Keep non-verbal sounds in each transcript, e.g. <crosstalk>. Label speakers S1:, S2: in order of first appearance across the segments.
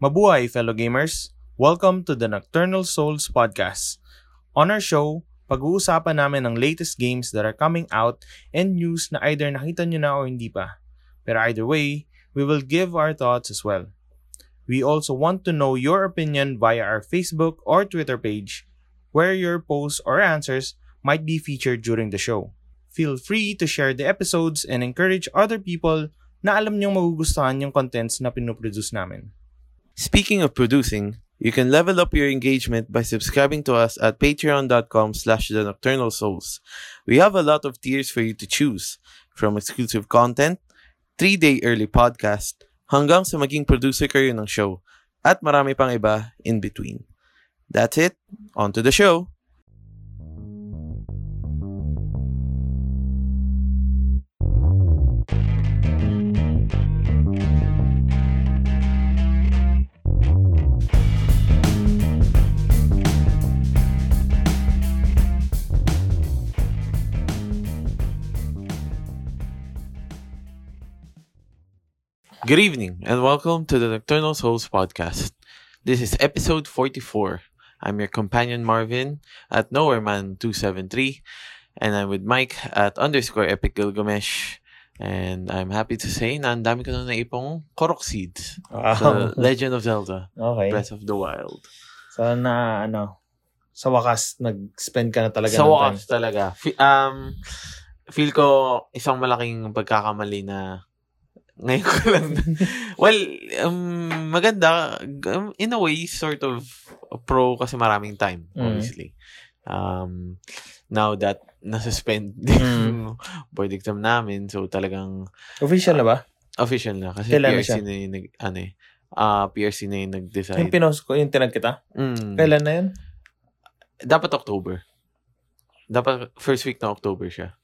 S1: Mabuhay, fellow gamers! Welcome to the Nocturnal Souls Podcast. On our show, pag-uusapan namin ang latest games that are coming out and news na either nakita nyo na o hindi pa. Pero either way, we will give our thoughts as well. We also want to know your opinion via our Facebook or Twitter page, where your posts or answers might be featured during the show. Feel free to share the episodes and encourage other people na alam niyong magugustuhan yung contents na pinoproduce namin.
S2: Speaking of producing, you can level up your engagement by subscribing to us at patreon.com slash the nocturnal souls. We have a lot of tiers for you to choose, from exclusive content, 3-day early podcast, hanggang sa maging producer kayo ng show, at marami pang iba in between. That's it. On to the show. Good evening, and welcome to the Nocturnal Souls podcast. This is episode 44. I'm your companion Marvin at Nowhereman273, and I'm with Mike at underscore Epic Gilgamesh. And I'm happy to say na ang dami ko na naipong Korok Seeds
S1: Oh.
S2: <laughs> sa Legend of Zelda
S1: okay.
S2: Breath of the Wild.
S1: So na ano, sa wakas nag-spend ka na talaga
S2: Sa
S1: ng
S2: wakas
S1: time.
S2: talaga. Fe- um, feel ko isang malaking pagkakamali na ngayon ko lang.
S1: <laughs>
S2: well, um, maganda. Um, in a way, sort of pro kasi maraming time,
S1: Mm.
S2: obviously. Um, now that nasuspend
S1: Mm.
S2: yung board exam namin, so talagang
S1: Official na ba?
S2: official na. Kasi
S1: Kailan na
S2: PRC
S1: siya?
S2: na yung nag, ano eh, ah, PRC na yung nag-decide.
S1: Yung pinost ko, yung tinag kita?
S2: Mm.
S1: Kailan na yun?
S2: dapat October. Dapat first week na October siya.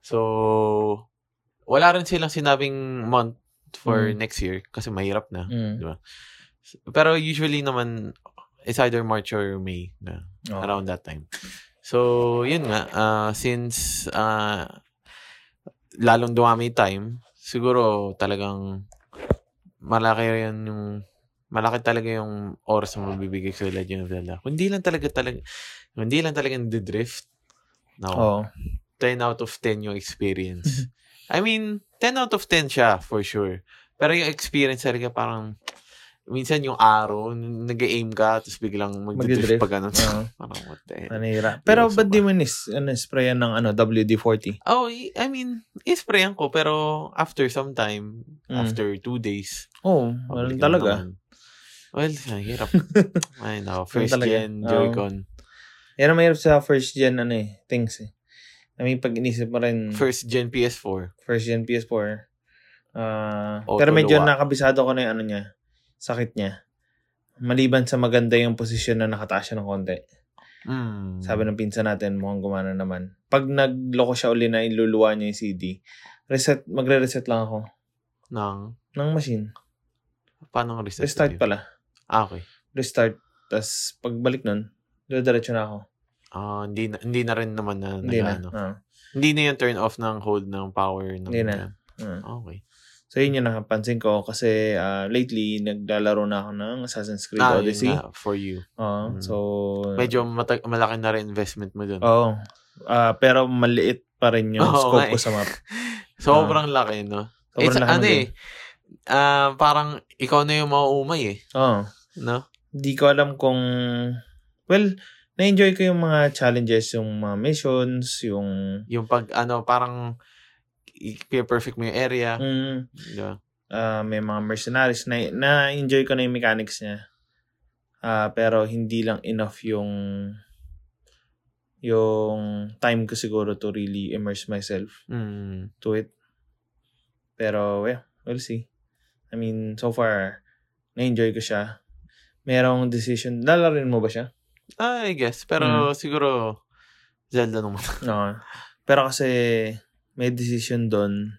S2: So, wala rin silang sinabing month for
S1: Mm.
S2: next year kasi mahirap na.
S1: Mm.
S2: Pero usually naman, it's either March or May na,
S1: Oh.
S2: around that time. So, yun nga, ah, since ah, lalong dumami time, siguro talagang malaki rin yung malaki talaga yung oras na mabibigay sa Legend of Zelda. Kundi lang talaga talaga hindi lang talaga drift. No.
S1: Oo.
S2: 10 out of 10 yung
S1: <laughs>
S2: experience. I mean, 10 out of 10 siya for sure. Pero yung experience talaga parang minsan yung arrow, nag-aim ka, tapos biglang
S1: Magdidrift.
S2: magdidrift pag ganun.
S1: Oo.
S2: <laughs> parang what the
S1: oh,
S2: hell. <laughs>
S1: Nanira. Pero
S2: Yung
S1: ba't
S2: sama.
S1: di mo nis, ano, sprayan ng ano, WD-40?
S2: Oh, y- I mean, isprayan ko, pero after some time,
S1: Mm.
S2: after two days.
S1: Oo, oh,
S2: public
S1: walang
S2: na
S1: talaga.
S2: naman. Well, ang
S1: <laughs>
S2: hirap. Ay, no.
S1: Ganun
S2: First
S1: talaga. Oh.
S2: gen
S1: Oo.
S2: Joy-Con.
S1: Yan ang mahirap sa first gen, ano eh, things eh. I mean, pag inisip mo rin, first,
S2: First gen PS4.
S1: gen PS4, ah
S2: Auto
S1: pero medyo
S2: luwa.
S1: nakabisado ko na yung ano niya, sakit niya. Maliban sa maganda yung posisyon na nakataas siya ng konti.
S2: Mm.
S1: Sabi ng pinsan natin, mukhang gumana naman. Pag nagloko siya uli na iluluwa niya yung CD, reset, magre-reset lang ako
S2: Nang,
S1: ng machine.
S2: paano ang reset?
S1: Restart
S2: yun?
S1: pala.
S2: Ah, okay.
S1: Restart. Tapos pagbalik nun, diretso na ako.
S2: Ah, hindi na, hindi na rin naman Ano na
S1: Hindi na.
S2: nag-ano.
S1: Ah,
S2: Hindi na yung turn off ng hold ng power ng
S1: Hindi na. ah.
S2: Okay.
S1: So yun yung nakapansin ko kasi ah, lately naglalaro na ako ng Assassin's Creed
S2: Ah, yun
S1: Odyssey. Ah.
S2: nga, for you.
S1: Oo,
S2: Mm.
S1: So
S2: Medyo matag- malaki na rin investment mo dun.
S1: Oo. Ah, pero maliit pa rin yung
S2: <laughs> Oo,
S1: scope
S2: nga
S1: ko
S2: eh.
S1: sa map.
S2: Sobrang laki, no?
S1: ah. Sobrang
S2: It's,
S1: laki
S2: ano
S1: ng
S2: eh,
S1: game.
S2: ah, parang ikaw na yung mauumay eh.
S1: Oo.
S2: No?
S1: Di ko alam kung well, na-enjoy ko yung mga challenges, yung mga missions, yung
S2: Yung pag, ano, parang i-perfect mo yung area.
S1: mm,
S2: Di ba?
S1: ah, may mga mercenaries na na-enjoy ko na yung mechanics niya. Ah, pero hindi lang enough yung yung time ko siguro to really immerse myself
S2: Mm.
S1: to it. Pero yeah, we'll see. I mean, so far na-enjoy ko siya. Merong decision. Lalarin mo ba siya?
S2: Ah, I guess.
S1: Mm.
S2: Pero siguro, Zelda naman.
S1: Oo. Pero kasi may decision doon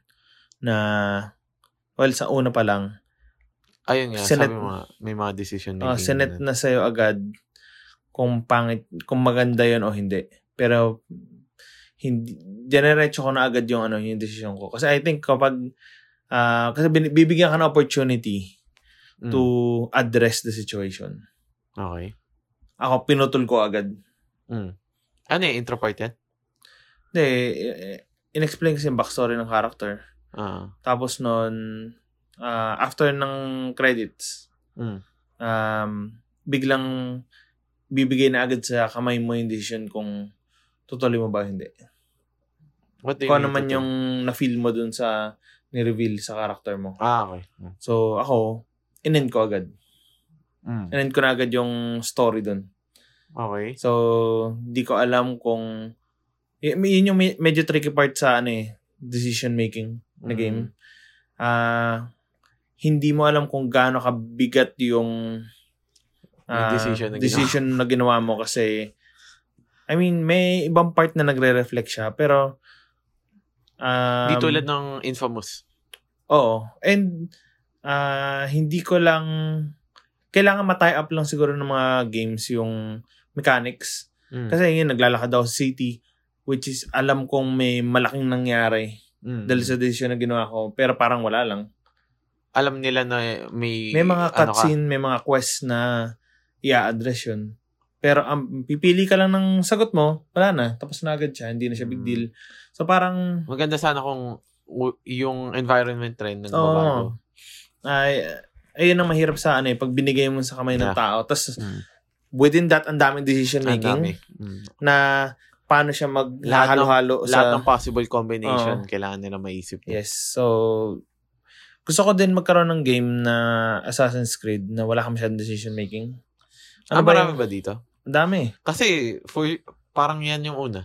S1: na well sa una pa lang
S2: Ayun nga,
S1: Sinet-
S2: sabi mo, nga, may mga decision
S1: Ah,
S2: making.
S1: sinet na sa'yo agad kung pangit, kung maganda yun o hindi. Pero, hindi, generate ko na agad yung ano, yung decision ko. Kasi I think kapag, ah, kasi bin- bibigyan ka ng opportunity
S2: Mm.
S1: to address the situation.
S2: Okay.
S1: Ako, pinutol ko agad.
S2: Mm. Ano yung intro part yan?
S1: Hindi, eh, eh, inexplain kasi yung backstory ng character.
S2: Ah.
S1: Tapos nun, ah, after ng credits,
S2: Mm.
S1: um, biglang bibigay na agad sa kamay mo yung decision kung tutuloy mo ba o hindi.
S2: What do you
S1: Kung ano
S2: mean
S1: man
S2: to-
S1: yung na-feel mo dun sa ni-reveal sa character mo.
S2: Ah, okay. Mm.
S1: So, ako, in-end ko agad.
S2: Mm.
S1: In-end ko na agad yung story dun.
S2: Okay.
S1: So, di ko alam kung... y- Yun yung me- medyo tricky part sa ano eh, decision making. na game.
S2: Mm-hmm.
S1: Ah, hindi mo alam kung gaano kabigat yung ah,
S2: Yung decision na ginawa.
S1: decision na ginawa mo kasi I mean, may ibang part na nagre-reflect siya pero um,
S2: Di tulad ng Infamous.
S1: Oo. And ah, hindi ko lang kailangan ma-tie up lang siguro ng mga games yung mechanics.
S2: Mm.
S1: Kasi yun, naglalakad ako sa city which is alam kong may malaking nangyari
S2: Mm.
S1: dahil sa decision na ginawa ko pero parang wala lang.
S2: alam nila na may
S1: May mga
S2: ano ka.
S1: cutscene, may mga quest na i-address yun. Pero ang pipili ka lang ng sagot mo, wala na. Tapos na agad siya. Hindi na siya big
S2: Mm.
S1: deal. So parang,
S2: Maganda sana kung u- yung environment trend na
S1: oo.
S2: nagbabago.
S1: oh, ay, ayun ang mahirap sa ano eh. Pag binigay mo sa kamay ng
S2: Yeah.
S1: tao. Tapos
S2: Mm.
S1: within that, ang daming decision
S2: Ang
S1: making
S2: dami. Mm.
S1: na paano siya
S2: Lahat ng-
S1: maghahalo-halo sa...
S2: Lahat ng possible combination kailangan nila maisip. nila.
S1: Yes. So, gusto ko din magkaroon ng game na Assassin's Creed na wala ka masyadong decision making.
S2: Ano ah,
S1: ba
S2: marami
S1: yung-
S2: ba dito?
S1: Ang dami eh.
S2: Kasi for parang yan yung una.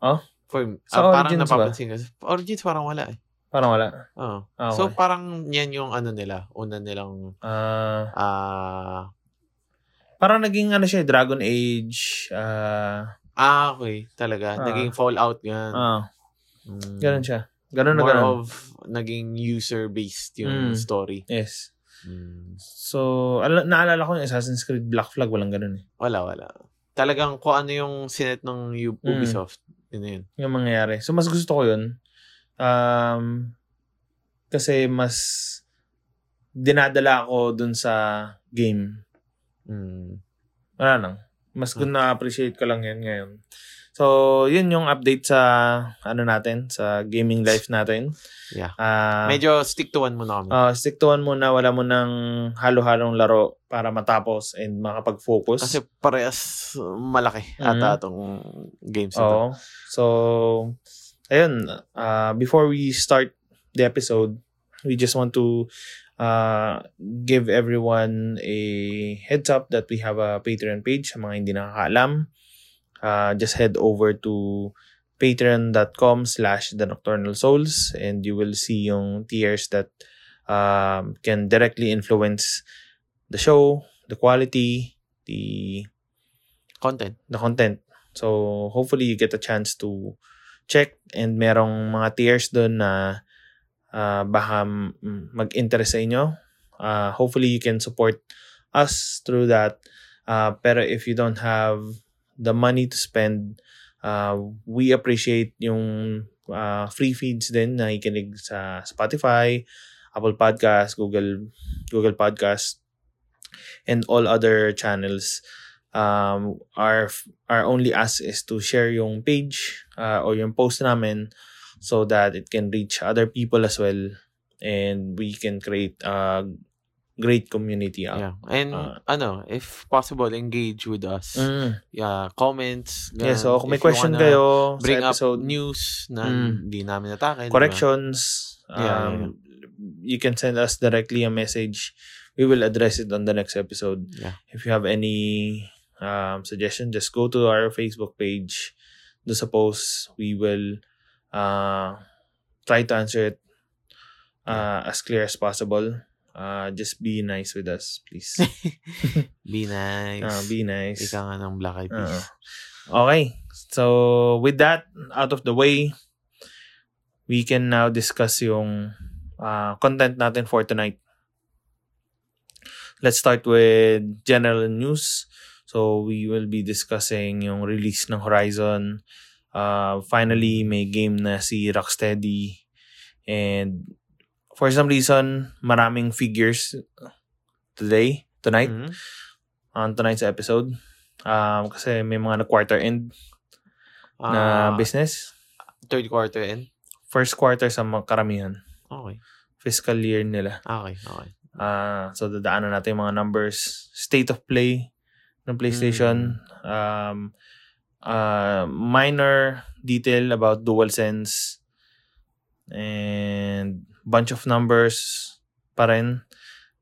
S1: Oh?
S2: For,
S1: Sa
S2: ah, parang
S1: Origins ba?
S2: napapansin ko. Origins parang wala eh.
S1: Parang wala.
S2: Oo.
S1: Ah,
S2: So
S1: okay.
S2: parang yan yung ano nila, una nilang
S1: Ah...
S2: ah
S1: Parang naging ano siya, eh, Dragon Age. ah
S2: ah okay, talaga
S1: Ah.
S2: naging Fallout gan.
S1: ah,
S2: Mm.
S1: ganun siya. Ganun na
S2: More
S1: ganun.
S2: of naging user based
S1: Mm.
S2: yung story.
S1: Yes.
S2: Mm.
S1: So, ala- naalala ko yung Assassin's Creed Black Flag, walang ganun eh.
S2: Wala, wala. Talagang kung ano yung sinet ng U-
S1: Mm.
S2: Ubisoft. Yun na yun.
S1: Yung mangyayari. So, mas gusto ko yun. Um, kasi mas dinadala ako dun sa game.
S2: Mm.
S1: Wala lang. Mas
S2: Hmm.
S1: kung na-appreciate ko lang yan ngayon. So, yun yung update sa ano natin, sa gaming life natin.
S2: Yeah.
S1: Ah,
S2: Medyo stick to one muna kami.
S1: Ah, stick to one muna, wala mo ng halo-halong laro para matapos and makapag-focus.
S2: Kasi parehas uh, malaki
S1: Mhm.
S2: ata itong games na to.
S1: Oo. Oh. So, ayun, ah, before we start the episode, we just want to ah, give everyone a heads up that we have a Patreon page sa mga hindi nakakaalam. Ah, just head over to patreon.com slash the nocturnal souls and you will see yung tiers that um, can directly influence the show, the quality, the
S2: Content.
S1: the content. So, hopefully you get a chance to check and merong mga tiers doon na ah, baka mm, mag-interest sa inyo. Ah, hopefully you can support us through that. Uh, pero if you don't have the money to spend, uh, we appreciate yung ah, free feeds din na ikinig sa Spotify, Apple Podcast, Google Google Podcast, and all other channels. Um, our our only ask is to share yung page uh, or yung post namin so that it can reach other people as well and we can create a great community out.
S2: Yeah. And
S1: Ah.
S2: ano, if possible, engage with us.
S1: Mm.
S2: Yeah, comments.
S1: Yeah,
S2: ganun.
S1: so kung oh, may
S2: If you
S1: question
S2: wanna
S1: kayo
S2: Bring
S1: sa
S2: up
S1: episode,
S2: news na
S1: Mm.
S2: hindi namin natakil. di ba?
S1: corrections, um,
S2: Yeah, yeah, yeah.
S1: you can send us directly a message. We will address it on the next episode.
S2: Yeah.
S1: If you have any um, suggestion, just go to our Facebook page. Do suppose we will uh, try to answer it uh, as clear as possible. Uh, just be nice with us, please.
S2: <laughs> Be nice.
S1: Uh, be nice. Ah,
S2: Ika nga ng Black Eyed Peas.
S1: Oo. Okay. So, with that out of the way, we can now discuss yung uh, content natin for tonight. Let's start with general news. So, we will be discussing yung release ng Horizon. Uh, finally, may game na si Rocksteady. And for some reason, maraming figures today, tonight,
S2: Mhm.
S1: on tonight's episode. Um, kasi may mga na-quarter end na
S2: Ah,
S1: business.
S2: third quarter in.
S1: First quarter sa mga karamihan.
S2: Okay.
S1: Fiscal year nila.
S2: Okay, okay.
S1: Ah, so, dadaanan natin yung mga numbers. State of play ng PlayStation. Um, ah, minor detail about DualSense. And bunch of numbers pa rin.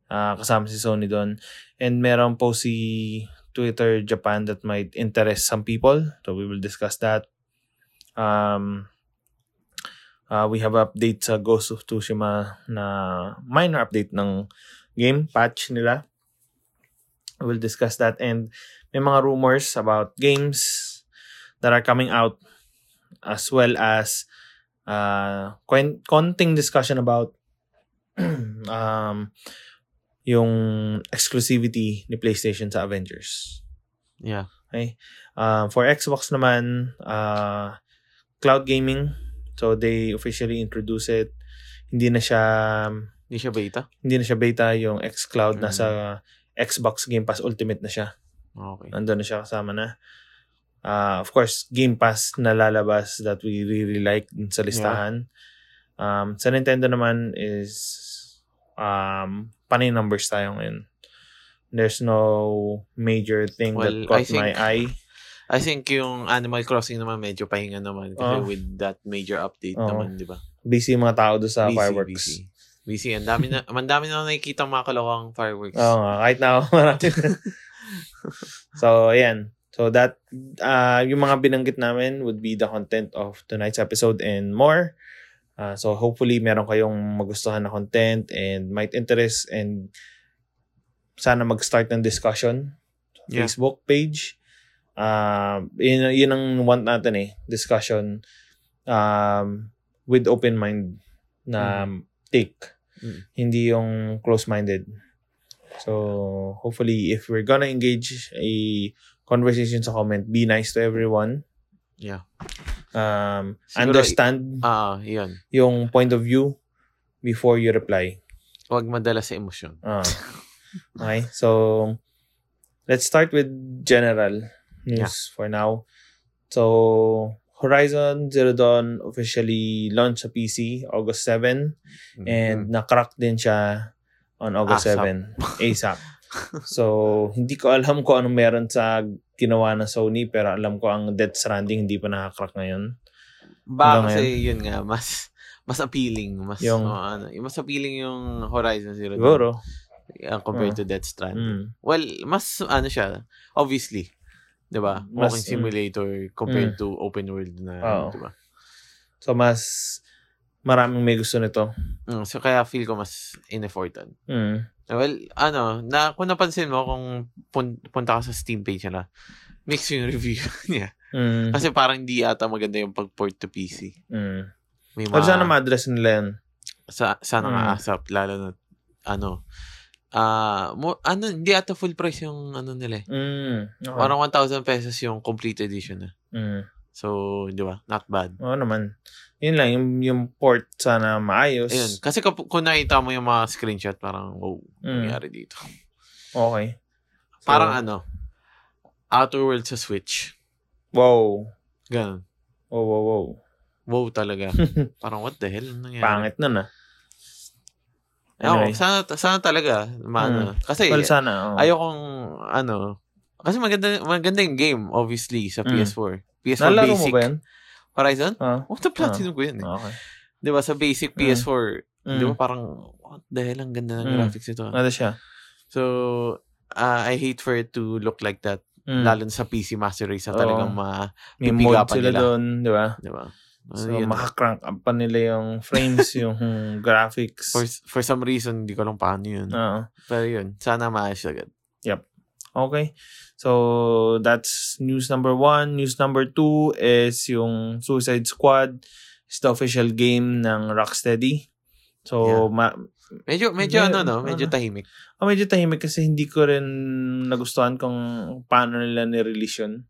S1: Ah, kasama si Sony doon. And meron po si Twitter Japan that might interest some people. So we will discuss that. Um, ah, we have update sa Ghost of Tsushima na minor update ng game patch nila. We'll discuss that. And may mga rumors about games that are coming out as well as uh, quen- konting discussion about <clears throat> um, yung exclusivity ni PlayStation sa Avengers.
S2: Yeah.
S1: Okay. Uh, for Xbox naman, uh, cloud gaming. So they officially introduce it. Hindi na siya
S2: Hindi siya beta?
S1: hindi na siya beta yung xCloud
S2: Mm.
S1: nasa Xbox Game Pass Ultimate na siya.
S2: Okay.
S1: Nandun na siya kasama na. Uh, of course, Game Pass na lalabas that we really like dun sa listahan. Um, sa Nintendo naman is um, panay numbers tayo ngayon. There's no major thing that
S2: Well, I
S1: caught
S2: think-
S1: my eye.
S2: I think yung Animal Crossing naman medyo pahinga naman kasi
S1: Oh.
S2: with that major update
S1: Oo.
S2: naman, di ba?
S1: busy yung mga tao doon sa
S2: Busy,
S1: Ah. fireworks.
S2: busy. Busy. Ang dami na, ang dami na nakikita mga kalawang fireworks.
S1: Oo nga, kahit na ako <laughs> marami. so, ayan. So that, uh, yung mga binanggit namin would be the content of tonight's episode and more. Uh, so hopefully meron kayong magustuhan na content and might interest and sana mag-start ng discussion
S2: Yeah.
S1: Facebook page. Um, yun, yun ang want natin eh. Discussion um, with open mind na take.
S2: Mm.
S1: Hindi yung close-minded. So, hopefully, if we're gonna engage a conversation sa comment, be nice to everyone.
S2: Yeah.
S1: Um,
S2: Siguro-
S1: understand
S2: Ah, yun.
S1: yung point of view before you reply.
S2: Huwag madala sa emosyon.
S1: Ah.
S2: <laughs>
S1: okay, so let's start with general news for now. So Horizon Zero Dawn officially launched sa PC August 7
S2: Mm.
S1: and nakarack din siya on August
S2: Mm-hmm. ASAP.
S1: 7 ASAP. so hindi ko alam kung ano meron sa ginawa ng Sony pero alam ko ang Death Stranding hindi pa nakakrak ngayon. hanggang
S2: Baka kasi yun nga, mas mas appealing. Mas,
S1: Yung-
S2: oh, ano, yung mas appealing yung Horizon Zero Dawn
S1: Siguro.
S2: uh, compared
S1: Ah.
S2: to Death Stranding.
S1: Mm.
S2: Well, mas ano siya, obviously. 'Di ba?
S1: Mm, Mas- Mm.
S2: Walking simulator compared to open world na,
S1: Oo.
S2: 'di ba?
S1: So mas maraming may gusto nito.
S2: Mm, so kaya feel ko mas ineffortan.
S1: Mm.
S2: Well, ano, na, kung napansin mo, kung pun- punta ka sa Steam page nila, mixed yung review niya.
S1: <laughs> Mm.
S2: Kasi parang di ata maganda yung pag-port to PC.
S1: Mm.
S2: May
S1: Pero
S2: mga-
S1: sana ma-address nila yan.
S2: sa, sana nga
S1: Mm.
S2: ASAP, lalo na, ano, ah mo, ano, hindi ata full price yung, ano nila eh.
S1: Mm. Oo.
S2: Parang 1,000 pesos yung complete edition na.
S1: Mm.
S2: So, di ba? Not bad.
S1: Oo naman. Yun lang, yung, yung port sana maayos.
S2: Ayun. Kasi kap- kung nakita mo yung mga screenshot, parang, wow,
S1: Mm.
S2: nangyari dito.
S1: Okay. So,
S2: Parang ano, Outer Worlds sa Switch.
S1: Wow.
S2: Ganun.
S1: Wow, wow, wow.
S2: Wow
S1: <laughs>
S2: talaga. Parang what the hell? Anong nangyari?
S1: Pangit ah. na na.
S2: Oo,
S1: Anyway. Mm.
S2: sana, sana talaga. Maano. Kasi,
S1: Well, sana. oo.
S2: ayokong, ano, kasi maganda, maganda yung game, obviously, sa
S1: Mm.
S2: PS4. PS4
S1: Nalaro
S2: basic.
S1: mo ba yan?
S2: Horizon?
S1: Ah,
S2: What the platinum ko yun eh.
S1: okay.
S2: Di ba, sa
S1: Mm.
S2: basic PS4,
S1: Mm.
S2: di ba parang, what the hell, ang ganda
S1: Mm.
S2: ng graphics nito. ah.
S1: Ano siya?
S2: So, ah, I hate for it to look like that.
S1: Mm.
S2: Lalo na sa PC Master Race na
S1: Oo.
S2: talagang ma,
S1: May
S2: pipiga
S1: mode
S2: pa
S1: sila Oh,
S2: nila.
S1: doon, di ba?
S2: di ba? Ano
S1: So,
S2: yun?
S1: makakrank up pa nila yung <laughs> frames, yung graphics.
S2: for, for some reason, hindi ko alam paano yun.
S1: Oo.
S2: Pero yun, sana maayos agad.
S1: Okay. So, that's news number one. News number two is yung Suicide Squad. It's the official game ng Rocksteady. So, ma-
S2: Medyo, medyo
S1: Hindi,
S2: ano, no? Medyo
S1: ano.
S2: tahimik.
S1: oh, medyo tahimik kasi hindi ko rin nagustuhan kung paano nila ni-release yun.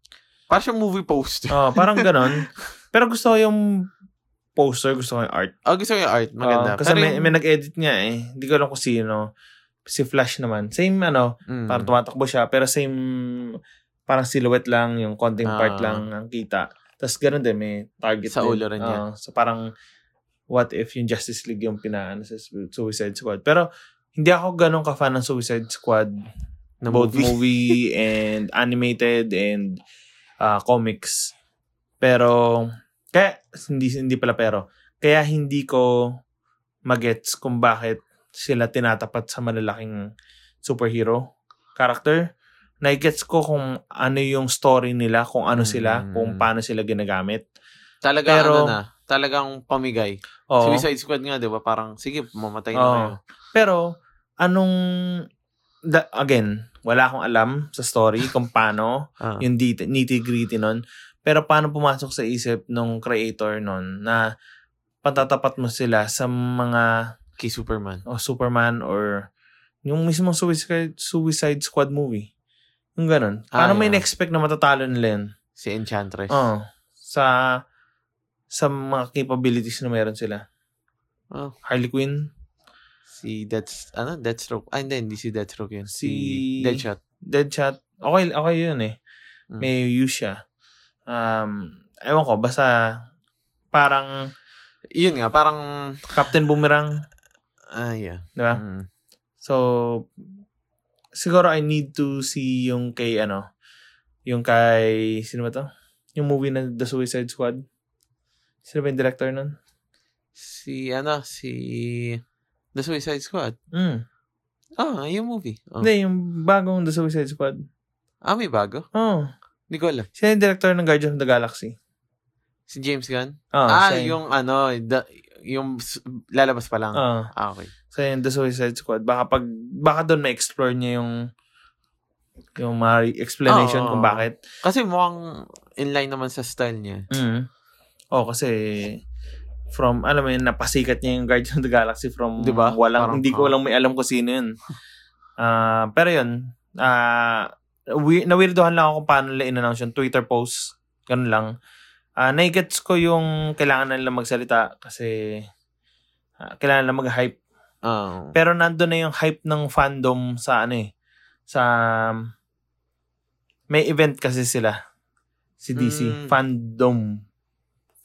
S2: Parang siyang movie
S1: <laughs>
S2: poster.
S1: Oh, parang <laughs> ganon. Pero gusto ko yung poster, gusto ko yung art.
S2: Oh, gusto ko yung art. Maganda.
S1: Oh, kasi
S2: Pero
S1: may,
S2: yung-
S1: may nag-edit nga eh. Hindi ko alam kung sino. si Flash naman, same ano,
S2: Mm.
S1: parang tumatakbo siya, pero same, parang silhouette lang, yung konting part
S2: Ah.
S1: lang ang kita. Tapos ganun din, may target
S2: Sa
S1: din.
S2: ulo rin
S1: Oo,
S2: yan.
S1: so parang, what if yung Justice League yung pinaano sa Suicide Squad? Pero, hindi ako ganun ka-fan ng Suicide Squad.
S2: Na
S1: both
S2: movie. <laughs>
S1: movie and animated and ah, comics. Pero, kaya, hindi, hindi pala pero, kaya hindi ko magets kung bakit sila tinatapat sa malalaking superhero character. Naigets ko kung ano yung story nila, kung ano sila,
S2: Mm.
S1: kung paano sila ginagamit.
S2: Talaga
S1: Pero-
S2: ano na, talagang pamigay.
S1: Oo.
S2: Suicide Squad nga, di ba? Parang, sige, mamatay na
S1: Oo.
S2: kayo.
S1: Pero, anong, da- again, wala akong alam sa story kung paano
S2: Ah.
S1: yung det- nitty-gritty nun. Pero paano pumasok sa isip nung creator nun na patatapat mo sila sa mga
S2: Kay Superman.
S1: oh, Superman or yung mismong Suicide, Suicide Squad movie. Yung ganun.
S2: Ah,
S1: Paano may
S2: yeah.
S1: expect na matatalo nila yun?
S2: Si Enchantress.
S1: Oo. sa sa mga capabilities na meron sila.
S2: Oh.
S1: Harley Quinn,
S2: Si Death, ano? Deathstroke. Ah, hindi, hindi si Deathstroke yun. Si,
S1: Si-
S2: Deadshot.
S1: Deadshot, okay, okay yun eh.
S2: Mm.
S1: May use siya. Um, ewan ko, basta parang
S2: Yun nga, parang,
S1: Captain Boomerang,
S2: ah, yeah.
S1: di ba?
S2: Mm.
S1: So, siguro I need to see yung kay ano, yung kay, sino ba to? Yung movie na The Suicide Squad. Sino ba yung director nun?
S2: Si, ano, si The Suicide Squad.
S1: Mm.
S2: Ah, yung movie. Oh.
S1: Hindi, yung bagong The Suicide Squad.
S2: Ah, may bago?
S1: Oh.
S2: Hindi ko alam.
S1: Siya yung director ng Guardians of the Galaxy.
S2: Si James Gunn?
S1: Oh,
S2: ah,
S1: siya
S2: yung ano, the- yung s- lalabas pa lang.
S1: Oh.
S2: Ah, okay.
S1: Siya yung The Suicide Squad. Baka pag, baka doon ma-explore niya yung yung mga explanation
S2: Oo.
S1: kung bakit.
S2: Kasi mukhang in line naman sa style niya.
S1: Mm. Oh, kasi from, alam mo yun, napasikat niya yung Guardians of the Galaxy from,
S2: Di ba?
S1: walang,
S2: Parang,
S1: hindi
S2: oh.
S1: ko walang may alam kung sino yun. Ah, pero yun, ah, we, nawirdohan lang ako kung paano nila in-announce yung Twitter post. Ganun lang. Ah, naigets ko yung kailangan na nila magsalita kasi ah, kailangan nila mag-hype.
S2: Ah.
S1: Pero nandun na yung hype ng fandom sa ano eh, sa may event kasi sila. Si DC.
S2: Mm.
S1: Fandom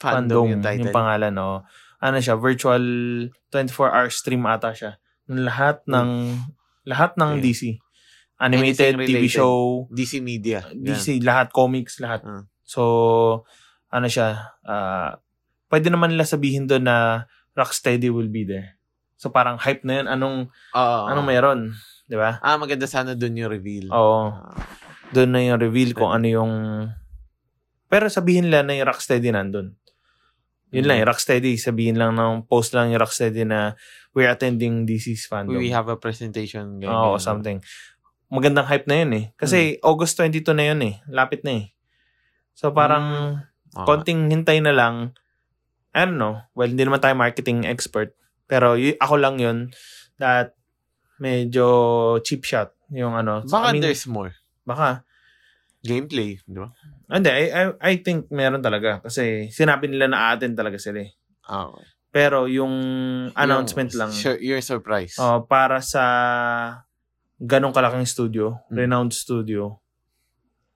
S2: fandom, yung title.
S1: pangalan, oo. Ano siya, virtual 24-hour stream ata siya. Ng Lahat ng, lahat ng
S2: Ayun.
S1: DC. Animated,
S2: Hmm. Anything
S1: TV
S2: related.
S1: show,
S2: DC Media.
S1: DC, lahat, comics, lahat.
S2: Ah.
S1: So, ano siya, ah, pwede naman nila sabihin doon na Rocksteady will be there. So, parang hype na yun. Anong,
S2: Oo.
S1: anong Oh, meron? Di ba?
S2: Ah, maganda sana dun yung reveal.
S1: Oo.
S2: Ah.
S1: Doon na yung reveal kung ano yung... Pero sabihin lang na yung Rocksteady nandun. Yun
S2: Hmm.
S1: lang, yung Rocksteady. Sabihin lang ng post lang yung Rocksteady na we're attending DC's fandom.
S2: We have a presentation. ganyan, Hmm.
S1: Oo,
S2: ganyan.
S1: something. Magandang hype na yun eh. Kasi August 22 na yun eh. Lapit na eh. So parang
S2: Ah.
S1: konting hintay na lang. I don't know. Well, hindi naman tayo marketing expert. Pero y- ako lang yun that medyo cheap shot yung ano. So,
S2: Baka
S1: I mean,
S2: there's more.
S1: Baka.
S2: Gameplay, di ba?
S1: Hindi, I, I, I think meron talaga. Kasi sinabi nila na atin talaga sila eh.
S2: Ah, okay.
S1: Pero yung announcement
S2: Yung-
S1: lang,
S2: Sure, your surprise.
S1: oh, para sa ganong kalaking studio,
S2: Mm.
S1: renowned studio,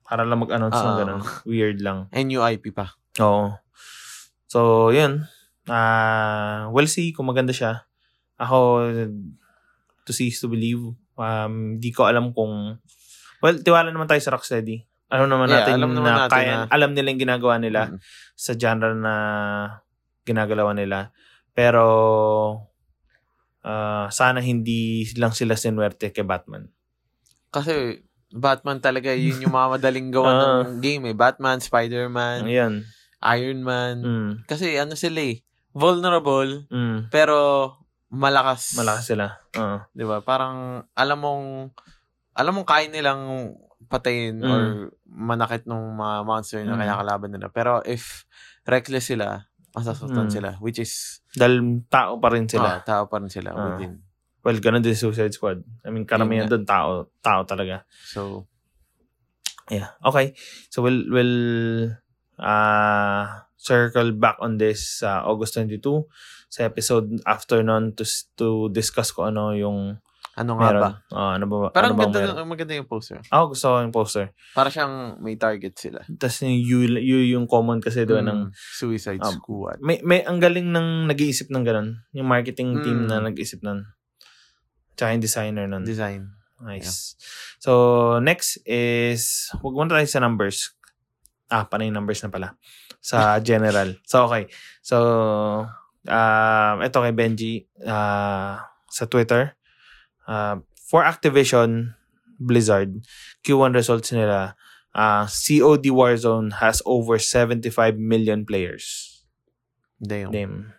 S1: para lang mag-announce ng
S2: Ah.
S1: ganon. Weird lang.
S2: And new IP pa.
S1: Oo. So, yun. ah we'll see kung maganda siya. Ako, to see is to believe. Um, di ko alam kung... Well, tiwala naman tayo sa Rocksteady. Alam naman
S2: Yeah,
S1: natin
S2: alam naman
S1: na
S2: natin
S1: kaya,
S2: na-
S1: alam nila yung ginagawa nila
S2: Mm.
S1: sa genre na ginagalawan nila. Pero ah, sana hindi lang sila sinwerte kay Batman.
S2: Kasi Batman talaga, yun yung
S1: <laughs>
S2: mga madaling gawa
S1: Ah.
S2: ng game eh. Batman, Spider-Man,
S1: Ayan.
S2: Iron Man.
S1: Mm,
S2: Kasi ano sila eh, vulnerable,
S1: mm,
S2: pero malakas.
S1: malakas sila. Oo.
S2: Di ba? Parang alam mong, alam mong kaya nilang patayin
S1: Mm.
S2: or manakit ng mga monster na
S1: Mm.
S2: kinakalaban nila. Pero if reckless sila, masasaktan
S1: Mm.
S2: sila. Which is,
S1: Dahil tao pa rin sila.
S2: ah, tao pa rin sila
S1: Ah.
S2: within.
S1: Well, ganun din sa Suicide Squad. I mean, karamihan
S2: Yun
S1: doon tao, tao talaga.
S2: So,
S1: Yeah. Okay. So we'll we'll uh circle back on this uh, August 22 sa episode after nun to s- to discuss ko ano yung
S2: Ano nga ba?
S1: Meron. Ah, ano ba?
S2: Parang
S1: ano bang
S2: ganda,
S1: meron?
S2: ang maganda yung poster.
S1: Ako gusto ko yung poster.
S2: Para siyang may target sila.
S1: Tapos yung you, you yung common kasi doon ng
S2: Mm, Suicide
S1: Um,
S2: Squad.
S1: may may ang galing ng nag-iisip ng ganun. Yung marketing team
S2: Mm.
S1: na nag-isip nun. Tsaka yung designer nun.
S2: Design.
S1: Nice. So, next is, huwag muna tayo sa numbers. Ah, panay numbers na pala. Sa general. so, okay. So, um, ito kay Benji, ah, sa Twitter. ah, for Activision, Blizzard, Q1 results nila, ah, COD Warzone has over 75 million players.
S2: Damn.
S1: Damn.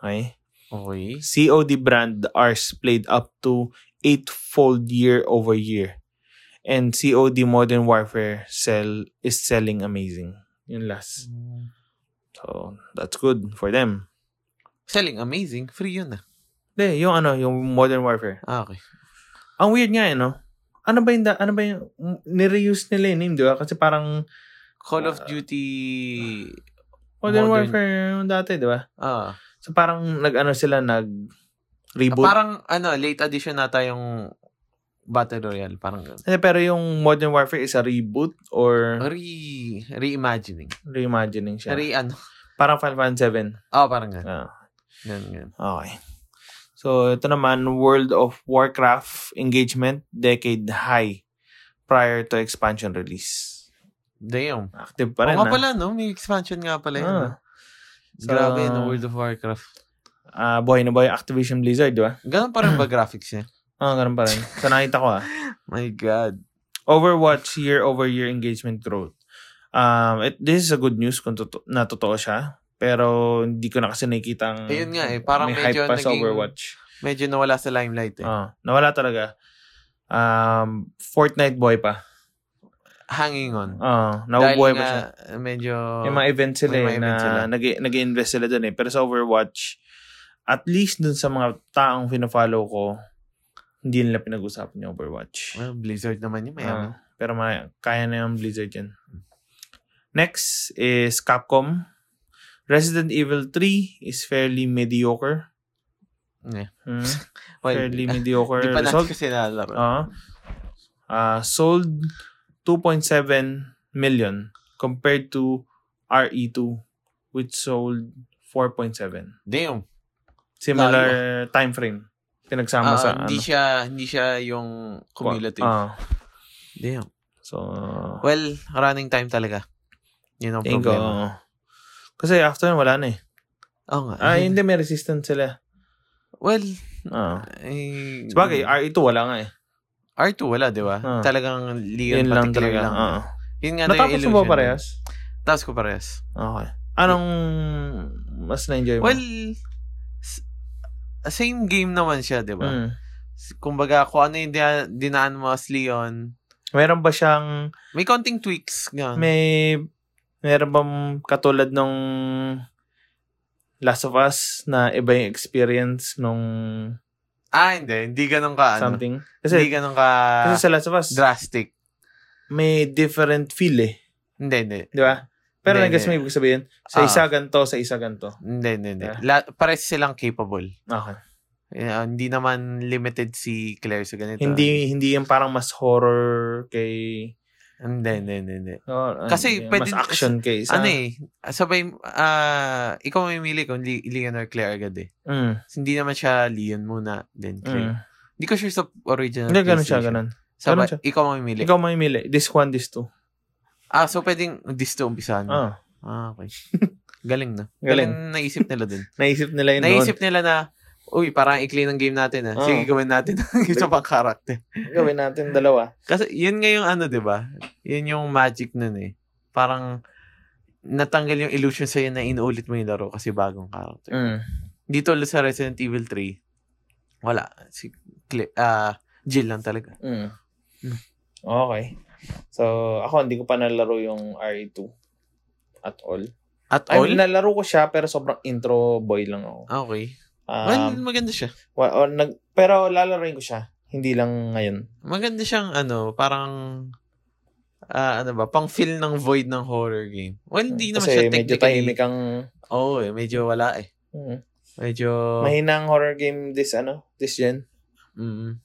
S1: Okay.
S2: Okay.
S1: COD brand Ars played up to eightfold year over year. And COD Modern Warfare sell is selling amazing. Yun last. So, that's good for them.
S2: Selling amazing. Free yun ah.
S1: De, yung ano, yung Modern Warfare.
S2: Ah, okay.
S1: Ang weird nga eh, no? Ano ba yung, da- ano ba yung, m- nireuse nila yung name, di ba? Kasi parang
S2: Call of
S1: Ah.
S2: Duty.
S1: Modern,
S2: Modern.
S1: Warfare yung dati, di ba?
S2: Ah.
S1: So, parang nag-ano sila, nag-reboot.
S2: Parang ano, late edition nata yung Battle Royale. Parang ganun.
S1: Eh, pero yung Modern Warfare is a reboot or
S2: Re, reimagining.
S1: reimagining siya.
S2: Ano? Re, ano.
S1: Parang Final Fantasy 7.
S2: Ah, parang ganun.
S1: Ah,
S2: Ganun, ganun.
S1: okay. So, ito naman, World of Warcraft engagement decade high prior to expansion release.
S2: Damn.
S1: Active
S2: O
S1: pa rin,
S2: oh, nga
S1: ah.
S2: pala, no? May expansion nga pala yun.
S1: Ah.
S2: no? Grabe,
S1: So,
S2: no? World of Warcraft.
S1: Ah, buhay na buhay Activision Blizzard, di ba?
S2: Ganun pa
S1: <clears throat>
S2: rin ba graphics niya?
S1: Ah, ganun pa rin. So, nakita ko, ah.
S2: My God.
S1: Overwatch year-over-year engagement growth. Um, it, this is a good news kung toto- na totoo siya. Pero, hindi ko na kasi nakikita ang
S2: Ayun nga eh, parang
S1: may
S2: medyo
S1: hype pa sa
S2: naging-
S1: Overwatch.
S2: Medyo nawala sa limelight eh.
S1: Ah, nawala talaga. Um, Fortnite boy pa.
S2: Hanging on.
S1: Ah, nabubuhay
S2: Dahil
S1: pa siya.
S2: nga, medyo...
S1: May mga events sila
S2: may
S1: eh,
S2: mga
S1: na
S2: event sila.
S1: nag- nag-invest sila doon eh. Pero sa Overwatch, at least dun sa mga taong fina-follow ko, hindi nila pinag-usapan yung Overwatch.
S2: Well, Blizzard naman ano. yun,
S1: Ah,
S2: mayaman.
S1: pero may, kaya na yung Blizzard yan. Next is Capcom. Resident Evil 3 is fairly mediocre.
S2: Yeah.
S1: Hmm,
S2: <laughs> well, <laughs>
S1: fairly
S2: hindi
S1: mediocre
S2: pa natin
S1: result.
S2: kasi nalaro.
S1: Ah. Ah, sold 2.7 million compared to RE2 which sold 4.7.
S2: Damn.
S1: Similar time frame. Pinagsama
S2: Ah,
S1: sa ano.
S2: hindi siya hindi siya yung cumulative.
S1: Ah,
S2: Damn.
S1: so
S2: Well, running time talaga. Yun ang
S1: there you go.
S2: problema.
S1: Kasi after nun, wala na eh.
S2: Oo nga.
S1: Ah, hindi may resistance sila.
S2: <laughs> Well,
S1: Ah.
S2: eh,
S1: Sabagay, RE2 wala nga eh.
S2: R2 wala, di ba?
S1: Ah.
S2: Talagang Leon
S1: Yun lang
S2: particular
S1: talaga.
S2: lang.
S1: Ah.
S2: Yun nga daw yung
S1: Natapos mo ba
S2: illusion.
S1: parehas?
S2: Tapos ko parehas.
S1: Okay. Anong mas na-enjoy mo?
S2: Well, s- same game naman siya, di ba?
S1: Mm.
S2: S- Kumbaga, kung ano yung dina- dinaan mo as Leon,
S1: meron ba siyang
S2: may konting tweaks. Ganun.
S1: May meron bang katulad nung Last of Us na iba yung experience nung
S2: Ah, hindi. Hindi ganun ka, ano.
S1: something?
S2: hindi
S1: Kasi,
S2: ganun ka
S1: kasi sa Last of Us,
S2: drastic.
S1: may different feel eh.
S2: Hindi, hindi.
S1: Di ba? Pero
S2: Hindi,
S1: nag-guess mo
S2: hindi.
S1: ibig sabihin, sa
S2: Ah.
S1: isa ganto, sa isa ganto.
S2: Hindi, hindi, hindi.
S1: Yeah.
S2: La- pares silang capable.
S1: Okay.
S2: Eh, hindi naman limited si Claire sa ganito.
S1: Hindi hindi yung parang mas horror kay
S2: Hindi, hindi, hindi. hindi.
S1: or,
S2: Kasi
S1: ano,
S2: pwede-
S1: mas action kay isa.
S2: Ano eh, sabay, ah, ikaw may mili kung Li- Leon or Claire agad eh.
S1: Mm,
S2: Kasi hindi naman siya Leon muna, then
S1: mm.
S2: Claire. Hindi ko sure sa original
S1: Hindi, ganun siya,
S2: PlayStation.
S1: ganun.
S2: Sabay,
S1: Ganun siya.
S2: ikaw mamimili.
S1: Ikaw may mili. This one, this two.
S2: Ah, so pwedeng this to umpisahan. mo.
S1: Ah,
S2: Ah,
S1: <laughs>
S2: okay. Galing na.
S1: Galing.
S2: Galing. na naisip nila dun.
S1: naisip nila yun Oh.
S2: naisip nila na, uy, parang ikli ng game natin ah.
S1: Oo.
S2: Sige, gawin
S1: <laughs>
S2: natin ang isa pang karakter.
S1: doon. Gawin natin dalawa.
S2: Kasi yun nga yung ano, 'di ba? Yun yung magic nun eh. Parang natanggal yung illusion sa'yo na inuulit mo yung laro kasi bagong character.
S1: Mm.
S2: Dito ulit sa Resident Evil 3, wala. Si Cle- ah, Jill lang talaga.
S1: Mm.
S2: Mm.
S1: Okay. So, ako hindi ko pa nalaro yung RE2 at all.
S2: At
S1: Ay,
S2: all?
S1: nalaro ko siya pero sobrang intro boy lang ako.
S2: okay. well,
S1: Um,
S2: maganda siya.
S1: wa- o, nag, pero lalaroin ko siya. Hindi lang ngayon.
S2: Maganda siyang ano, parang ah, ano ba, pang feel ng void ng horror game. Well, hindi naman
S1: Kasi
S2: siya
S1: medyo
S2: technically.
S1: tahimik ang...
S2: Oo, eh, medyo wala eh.
S1: Mm.
S2: Medyo Oh.
S1: Mahina ang horror game this ano, this gen.
S2: Mm.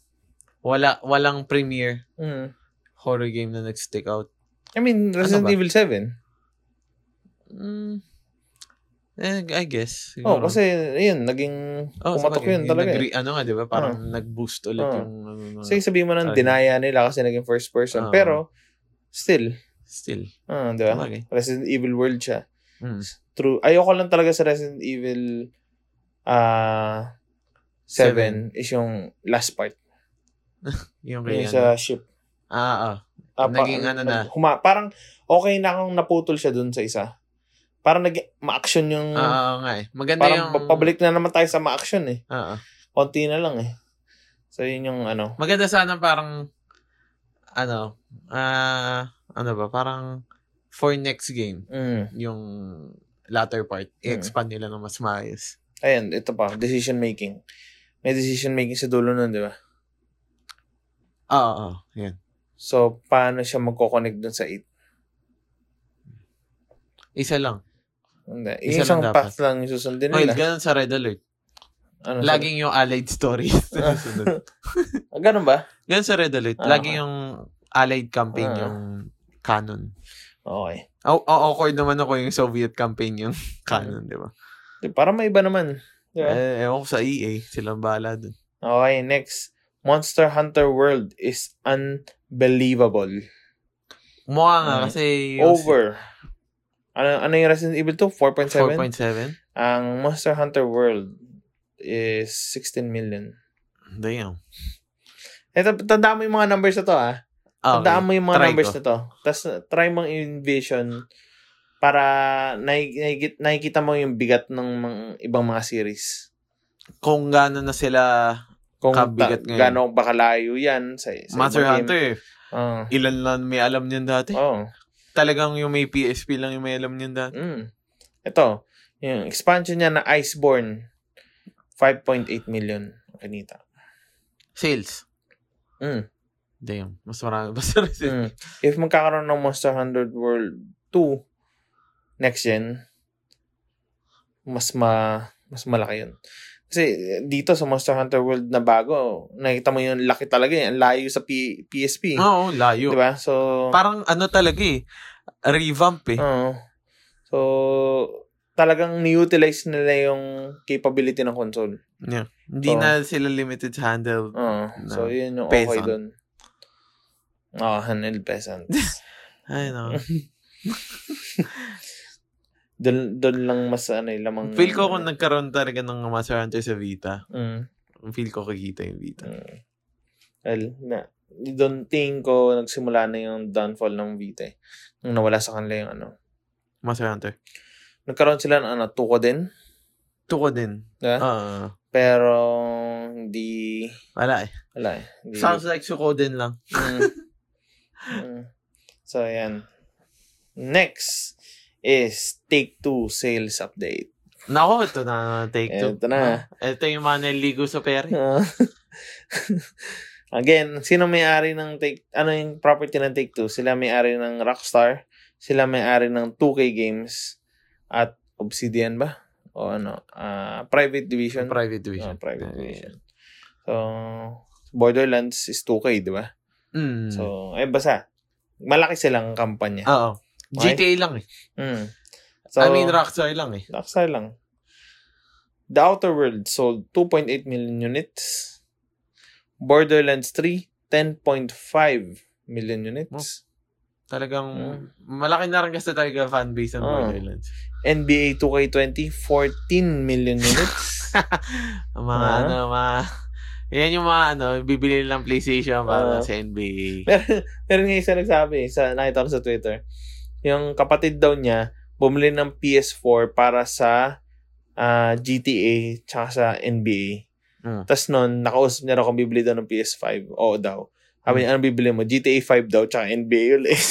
S2: Wala, walang premiere
S1: Mm.
S2: horror game na nag-stick out.
S1: I mean, Resident
S2: Ano ba?
S1: Evil 7.
S2: Mm. Eh, I guess.
S1: Oh,
S2: siguro.
S1: kasi yun, naging
S2: Oh,
S1: pumatok
S2: sabagay,
S1: yun
S2: yung
S1: talaga. eh.
S2: nagre- ano nga, di ba? Parang nag-boost ulit
S1: Ah.
S2: yung... Ano, ano,
S1: Sige, sabihin mo nang
S2: Talaga.
S1: dinaya nila kasi naging first person.
S2: Ah.
S1: Pero, still,
S2: still.
S1: ah, di ba?
S2: Sabagay.
S1: Resident Evil world siya.
S2: Mm.
S1: True. Ayoko lang talaga sa Resident Evil ah 7 is yung last part.
S2: Yung kaya.
S1: Yung sa ship.
S2: Ah, ah.
S1: Ah, pa-
S2: ano? Naging ano na.
S1: Huma, parang okay na kung naputol siya dun sa isa. Parang naging ma-action yung...
S2: Ah, ah, nga eh. Maganda
S1: Mm. parang
S2: yung...
S1: pabalik na naman tayo sa ma-action eh.
S2: Ah, ah.
S1: Konti na lang eh. So yun yung ano.
S2: Maganda sana parang... Ano? Ah, ano ba? Parang for next game,
S1: Mm.
S2: yung latter part, i-expand nila ng mas maayos.
S1: Ayan, ito pa. Decision making. May decision making sa dulo nun, di ba?
S2: Ah, ah, ah. Yan.
S1: So, paano siya magkoconnect dun sa 8?
S2: Isa lang.
S1: Hindi.
S2: Isa lang
S1: isang
S2: dapat.
S1: path lang yung susundin
S2: Well,
S1: nila.
S2: ganun sa Red Alert.
S1: Ano,
S2: Laging yung allied stories.
S1: <laughs> Ah.
S2: Susunod.
S1: Ah, ganun ba?
S2: Ganun sa Red Alert.
S1: Ah,
S2: Lagi
S1: okay.
S2: yung Allied campaign
S1: Ah.
S2: yung canon.
S1: Okay.
S2: Oh, oh, awkward naman ako yung Soviet campaign yung <laughs> canon, di ba?
S1: Di, para may iba naman. Di ba?
S2: Eh, ewan ko sa EA. Silang bahala dun.
S1: Okay, next. Monster Hunter World is unbelievable.
S2: Mukha nga
S1: Ah.
S2: kasi yung
S1: Over. Ano, ano yung Resident Evil 2? 4.7?
S2: 4.7.
S1: Ang Monster Hunter World is 16 million.
S2: Damn.
S1: Eto, tandaan mo yung mga numbers na to, ah.
S2: Ah,
S1: Tandaan
S2: Okay.
S1: mo yung mga
S2: Try
S1: numbers
S2: ko.
S1: na to. Tapos, try mong envision para nakikita, nakikita mo yung bigat ng mga, ibang mga series.
S2: Kung gano'n na sila
S1: Kung ta-
S2: Kabigat ngayon.
S1: gano'ng bakalayo yan sa, sa ibang game.
S2: Monster
S1: Ah.
S2: Hunter,
S1: Oo.
S2: ilan lang may alam niyan dati.
S1: Oo.
S2: Talagang yung may PSP lang yung may alam niyan dati.
S1: Mm. Ito, yung expansion niya na Iceborne, 5.8 million ang kinita.
S2: Sales.
S1: Mm.
S2: Damn. Mas marami. Basta
S1: Mm.
S2: Resident
S1: If magkakaroon ng Monster Hunter World 2 next gen, mas ma mas malaki yun. Kasi eh, dito sa Monster Hunter World na bago, nakita mo yung laki talaga yun. Ang layo sa P- PSP.
S2: Oo, layo.
S1: Di ba? So,
S2: Parang ano talaga eh. Revamp eh.
S1: oo. so, talagang ni-utilize nila yung capability ng console.
S2: Yeah. Hindi
S1: Oo.
S2: na sila limited to handle.
S1: Oo.
S2: Na
S1: Ah, so, yun yung okay
S2: peasant.
S1: dun. Oh, Hanel
S2: <laughs>
S1: Peasant. <laughs>
S2: Ay, no.
S1: dun, dun lang mas ano yung lamang.
S2: feel ko kung nagkaroon talaga ng Master Hunter sa Vita,
S1: Mm,
S2: feel ko kikita yung Vita.
S1: mm. Well, na, dun tingin ko nagsimula na yung downfall ng Vita eh. Nung nawala sa kanila yung ano.
S2: Master Hunter.
S1: Nagkaroon sila ng ano, tuko din.
S2: Tuko din.
S1: Yeah?
S2: Ah,
S1: Pero, hindi,
S2: wala eh.
S1: wala eh. Hindi,
S2: Sounds like Suko din lang. <laughs>
S1: Mm. Mm. So, yan. Next is Take-Two sales update.
S2: Nako, ito na take two.
S1: Ito na.
S2: Ito yung mga naligo sa pera. eh.
S1: Ah. <laughs> Again, sino may-ari ng take, ano yung property ng Take-Two? Sila may-ari ng Rockstar, sila may-ari ng 2K Games, at Obsidian ba? O ano, ah, Private Division.
S2: Private
S1: Ah,
S2: division.
S1: private Division. So, Borderlands is 2K, di ba?
S2: Mm.
S1: So, eh, basta, malaki silang kampanya.
S2: Oo.
S1: Okay.
S2: GTA lang eh.
S1: Mm.
S2: Ah. I mean, Rockstar lang eh.
S1: Laksa lang. The Outer World sold 2.8 million units. Borderlands 3, 10.5 million units.
S2: Talagang,
S1: Mm.
S2: malaki na rin kasi talaga fanbase ng
S1: Oo.
S2: Borderlands.
S1: NBA 2K20, 14 million units.
S2: <laughs> Ang mga
S1: Ah.
S2: ano, mga... Yan yung mga ano, bibili ng PlayStation para
S1: Ah.
S2: sa
S1: <laughs>
S2: NBA.
S1: meron, meron nga isa nagsabi, sa, nakita ko sa Twitter, yung kapatid daw niya, bumili ng PS4 para sa ah, GTA tsaka sa NBA.
S2: Mm.
S1: Tapos noon, nakausap niya raw kung bibili daw ng PS5. Oo daw. Sabi niya, anong bibili mo? GTA 5 daw tsaka NBA ulit.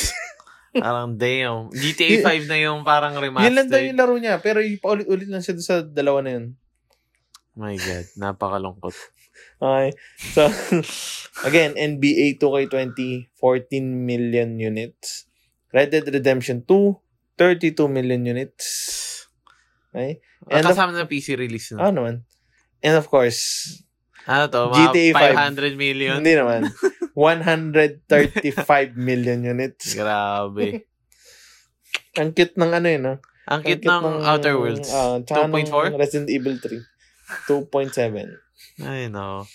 S2: Parang
S1: <laughs>
S2: damn. GTA 5 na yung parang remastered.
S1: Yun lang daw yung laro niya. Pero yung paulit-ulit lang siya doon sa dalawa na yun.
S2: My God, napakalungkot.
S1: Okay. So, <laughs> again, NBA 2K20, 14 million units. Red Dead Redemption 2, 32 million units. Okay? <laughs> And
S2: And
S1: Ah. of,
S2: kasama na PC release na.
S1: ano naman. And of course,
S2: Ano to?
S1: GTA five.
S2: Mga 500
S1: <laughs>
S2: million?
S1: Hindi
S2: <laughs>
S1: naman. 135 million units.
S2: Grabe.
S1: Ang cute ng ano yun, no?
S2: Ang cute ng Outer Worlds.
S1: ah, tsaka ng
S2: 2.4?
S1: Resident Evil 3. 2.7.
S2: I know.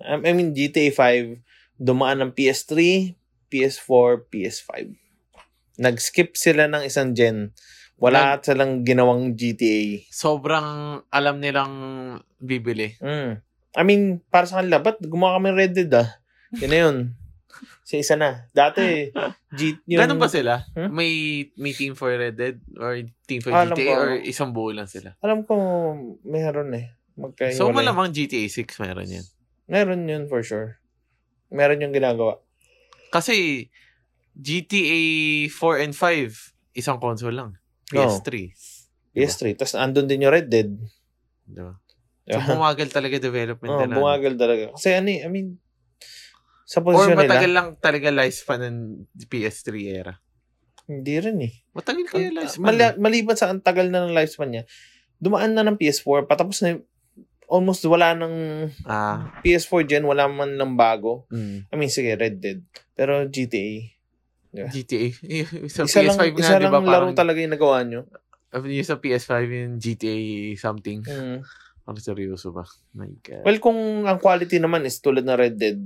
S1: Um, I mean, GTA 5, dumaan ng PS3, PS4, PS5. Nag-skip sila ng isang gen. Wala silang ginawang GTA.
S2: Sobrang alam nilang bibili.
S1: Mm. I mean, para sa kanila, ba't gumawa kami Red Dead ah? Yun na
S2: <laughs>
S1: yun. Sa isa na. Dati, G- yung,
S2: Ganun ba sila?
S1: Hmm?
S2: May, may team for Red Dead? Or team for
S1: Ah, Alam
S2: GTA?
S1: ko.
S2: Or isang buo lang sila?
S1: Alam ko, meron eh. Magkahiwalay.
S2: So malamang GTA 6 meron yan.
S1: Meron yun for sure. Meron yung ginagawa.
S2: Kasi GTA 4 and 5, isang console lang. PS3.
S1: PS3. Tapos andun din yung Red Dead.
S2: Di ba? So
S1: Diba?
S2: bumagal talaga development
S1: Oo,
S2: nila.
S1: Oh. bumagal talaga. Kasi ano eh, I mean, sa
S2: Or
S1: posisyon nila,
S2: matagal lang talaga lifespan ng PS3 era.
S1: hindi rin eh.
S2: Matagal kaya
S1: Ang-
S2: lifespan.
S1: mali- maliban sa ang tagal na ng lifespan niya, dumaan na ng PS4, patapos na yung- almost wala ng
S2: Ah,
S1: PS4 gen, wala man ng bago.
S2: mm.
S1: I mean, sige, Red Dead. Pero GTA,
S2: GTA. Eh, <laughs> Sa
S1: isa lang,
S2: PS5 nga,
S1: isa
S2: di
S1: lang
S2: ba?
S1: laro
S2: Parang,
S1: talaga yung nagawa nyo.
S2: yung sa PS5 yung GTA something.
S1: Mm.
S2: Ang seryoso ba? My God.
S1: Well, kung ang quality naman is tulad ng Red Dead,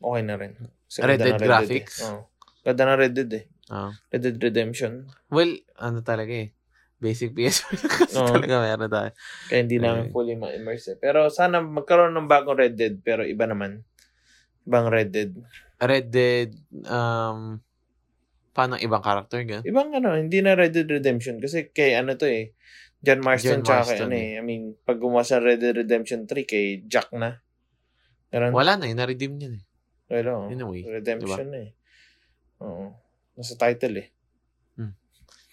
S1: okay na rin. Kasi
S2: Red
S1: ganda
S2: Dead
S1: ng
S2: graphics?
S1: Dead, eh. Oo. Ganda ng Red Dead eh.
S2: Ah.
S1: Red Dead Redemption.
S2: well, ano talaga eh. Basic PS5 <laughs> kasi
S1: Oo.
S2: talaga meron tayo.
S1: Kaya hindi namin
S2: Anyway.
S1: fully ma-immerse. eh. Pero sana magkaroon ng bagong Red Dead, pero iba naman. Ibang Red Dead.
S2: Red Dead, um, paano ang ibang character gan?
S1: Ibang ano, hindi na Red Dead Redemption. Kasi kay ano to eh, John Marston tsaka
S2: John
S1: kay
S2: Marston
S1: ano eh. I mean, pag gumawa sa Red Dead Redemption 3, kay Jack na. Ganun.
S2: Wala na eh, na-redeem niya na eh.
S1: Pero, oh,
S2: In a way. diba?
S1: Redemption eh. Oo. Nasa title eh.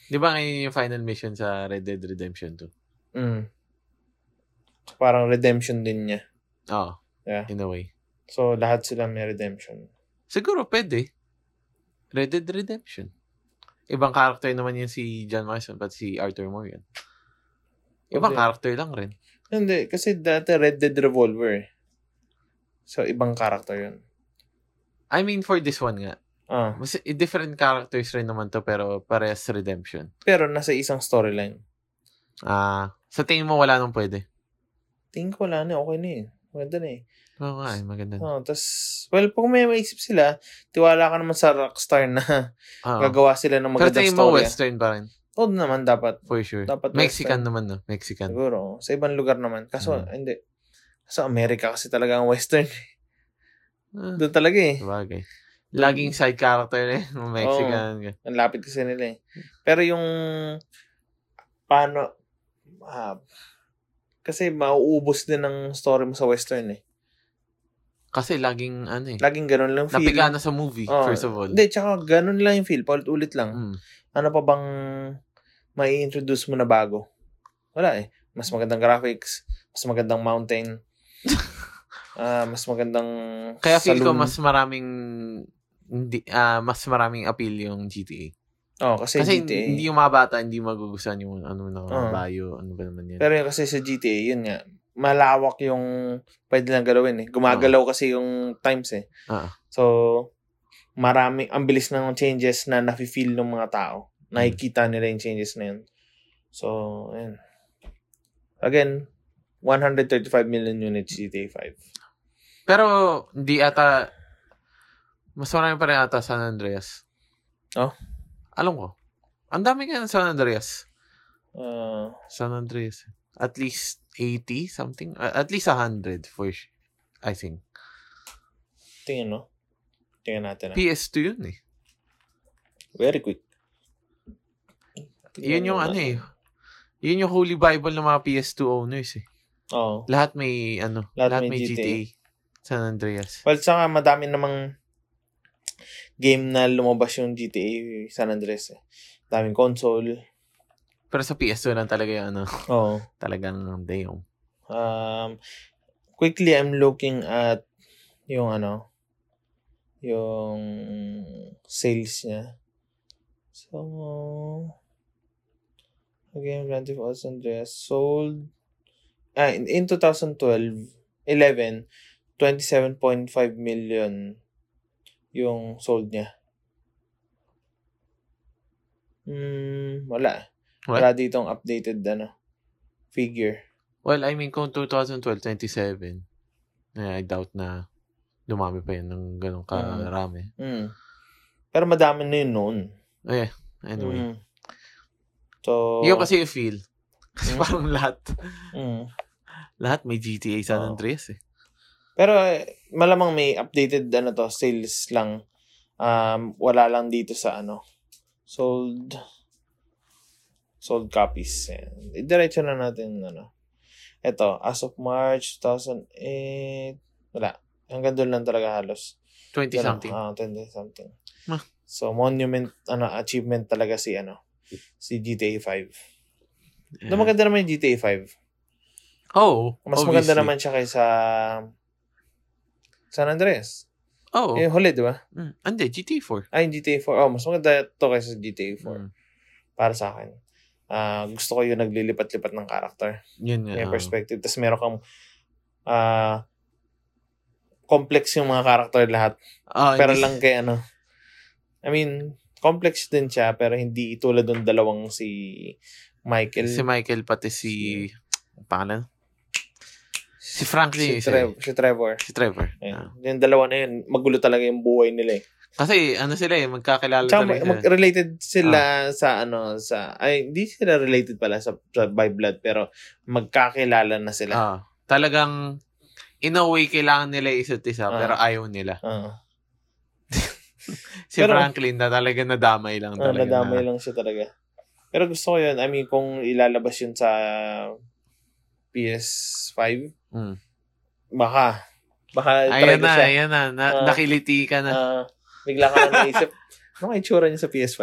S2: Di ba ngayon yung final mission sa Red Dead Redemption 2?
S1: Mm. Parang redemption din niya.
S2: Oo.
S1: Yeah.
S2: In a way.
S1: So, lahat sila may redemption.
S2: Siguro pwede. Red Dead Redemption. Ibang character naman yun si John Marston but si Arthur Moore yun. Ibang
S1: Pwede.
S2: character lang rin.
S1: Hindi, kasi dati Red Dead Revolver eh. So, ibang character yun.
S2: I mean for this one nga.
S1: Ah,
S2: Mas different characters rin naman to pero parehas redemption.
S1: pero nasa isang storyline.
S2: Ah, sa tingin mo wala nang pwede.
S1: Tingin ko wala na, okay na eh. Maganda na eh.
S2: Oo nga, eh, maganda.
S1: Oh, tas, well, pag may maisip sila, tiwala ka naman sa Rockstar
S2: <laughs>
S1: na
S2: Oo.
S1: gagawa sila ng
S2: Ah. Pero
S1: magandang
S2: tingin mo
S1: story. ah.
S2: western pa rin.
S1: Oo naman, dapat.
S2: For sure.
S1: Dapat western.
S2: Mexican naman no. Mexican.
S1: Siguro, sa ibang lugar naman. Kaso,
S2: Mm.
S1: hindi. Sa Amerika kasi talaga ang
S2: <laughs>
S1: western.
S2: Ah,
S1: Doon talaga eh.
S2: bagay. Laging side character na eh. <laughs> Mexican.
S1: Ang lapit kasi nila eh. Pero yung, paano, ah, kasi mauubos din ng story mo sa western eh.
S2: Kasi laging ano eh.
S1: Laging ganun lang feel.
S2: Napigana sa movie,
S1: Oo.
S2: first of all.
S1: Hindi, tsaka ganun lang yung feel. Paulit-ulit lang.
S2: Mm.
S1: ano pa bang may introduce mo na bago? Wala eh. Mas magandang graphics, mas magandang
S2: <laughs>
S1: mountain, ah, mas magandang
S2: Kaya feel ko
S1: saloon.
S2: mas maraming hindi ah, mas maraming appeal yung GTA.
S1: Oh, kasi,
S2: Kasi
S1: GTA.
S2: hindi yung mga bata hindi magugustuhan yung ano na
S1: Oo.
S2: bayo, ano ba naman yan.
S1: Pero yun kasi sa GTA, yun nga. Malawak yung pwede lang galawin eh. Gumagalaw kasi yung times eh.
S2: Oo.
S1: So, marami, ang bilis ng changes na nafe-feel ng mga tao.
S2: Hmm.
S1: Nakikita nila yung changes na yun. So, ayun. Again, 135 million units GTA 5.
S2: Pero hindi ata mas marami pa rin ata San Andreas.
S1: Oh?
S2: Alam ko. Ang dami nga ng San Andreas.
S1: Uh,
S2: San Andreas. At least 80 something. A- At least 100 for sh- I think.
S1: tingin, no? Tingnan natin. ah.
S2: PS2 yun eh.
S1: Very quick.
S2: Yun yung ano eh. Yun yung holy bible ng mga PS2 owners eh.
S1: Oo. Oh.
S2: Lahat may ano, lahat, may GTA. San Andreas.
S1: Well, saka madami namang game na lumabas yung GTA San Andres. Eh. Daming console.
S2: Pero sa PS2 lang talaga yung ano, <laughs>
S1: Oo.
S2: talagang damn.
S1: Um, quickly, I'm looking at yung ano, yung sales niya. So, again, Grand Theft Auto San Andreas sold ah, in, in 2012, 11, 27.5 million yung sold niya. Hmm, wala.
S2: What?
S1: Wala ditong updated ano, figure.
S2: Well, I mean, kung 2012, 27, eh, I doubt na dumami pa yun ng ganun karami.
S1: Mm. Pero madami na yun noon.
S2: Eh, anyway.
S1: Mm. So,
S2: Yun kasi yung feel.
S1: Mm.
S2: Kasi parang lahat,
S1: mm.
S2: lahat may GTA San
S1: Oo.
S2: Andreas eh.
S1: Pero eh, malamang may updated ano to, sales lang. Um, wala lang dito sa ano. Sold sold copies. Ayan. Diretso na natin ano. Ito, as of March 2008, wala. Hanggang doon lang talaga halos.
S2: 20
S1: Ganun,
S2: something.
S1: ah, 20 something.
S2: Ah.
S1: So, monument, ano, achievement talaga si, ano, si GTA 5.
S2: Eh,
S1: Na maganda naman yung GTA 5.
S2: oh,
S1: Mas maganda naman siya kaysa San Andreas.
S2: Oh,
S1: Eh, huli, di ba?
S2: mm. hindi, GTA 4.
S1: Ay, yung GTA 4. Oh, mas maganda to kaysa GTA 4
S2: Mm.
S1: para sa akin. Ah, gusto ko yung naglilipat-lipat ng character.
S2: Yun nga.
S1: May
S2: oo.
S1: perspective. Tapos meron kang ah complex yung mga character lahat.
S2: Ah,
S1: Pero
S2: hindi-
S1: lang kay ano. I mean, complex din siya pero hindi tulad ng dalawang si Michael.
S2: Si Michael, pati si... Ang pangalan? Si
S1: si,
S2: Franklin. Si,
S1: Trev- si Trevor.
S2: si Trevor.
S1: Ayan.
S2: Ah.
S1: Yung dalawa na yun, magulo talaga yung buhay nila eh.
S2: Kasi ano sila eh, magkakilala
S1: Tsaka
S2: talaga. Ah.
S1: mag-
S2: sila.
S1: mag-related sila sa ano sa ay hindi sila related pala sa, sa by blood pero magkakilala na sila.
S2: Ah, talagang in a way kailangan nila isa't isa
S1: Ah.
S2: pero ayaw nila.
S1: Oo.
S2: Si
S1: Pero-
S2: Franklin na talaga nadamay lang
S1: Ah,
S2: talaga.
S1: nadamay
S2: na,
S1: lang siya talaga. Pero gusto ko 'yun. I mean kung ilalabas 'yun sa PS5
S2: Mm.
S1: baka baka try
S2: Ayan
S1: na
S2: na,
S1: siya.
S2: ayan na, na
S1: Ah.
S2: nakiliti ka na.
S1: Ah, bigla ka lang naisip <laughs> ano kaya itsura niya sa PS5?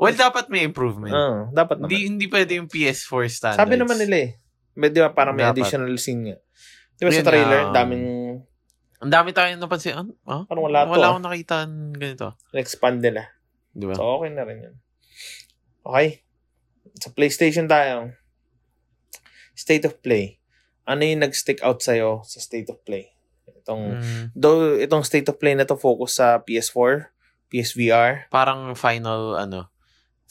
S2: well, dapat may improvement.
S1: Ah, dapat naman.
S2: hindi hindi pwede yung PS4 standards.
S1: Sabi naman nila eh. May, di ba parang may
S2: Dapat.
S1: additional scene nga. Di ba sa
S2: Yun,
S1: trailer,
S2: um,
S1: daming
S2: Ang dami tayong napansin. Ano? Ah?
S1: Parang wala to, ah.
S2: akong Diba? nakita ng ganito.
S1: expand nila.
S2: Di ba?
S1: So, okay na rin yun. Okay. Sa PlayStation tayo. State of Play. Ano yung nag-stick out sa'yo sa State of Play? Itong,
S2: Mm,
S1: though, itong State of Play na to focus sa PS4, PSVR.
S2: parang final, ano,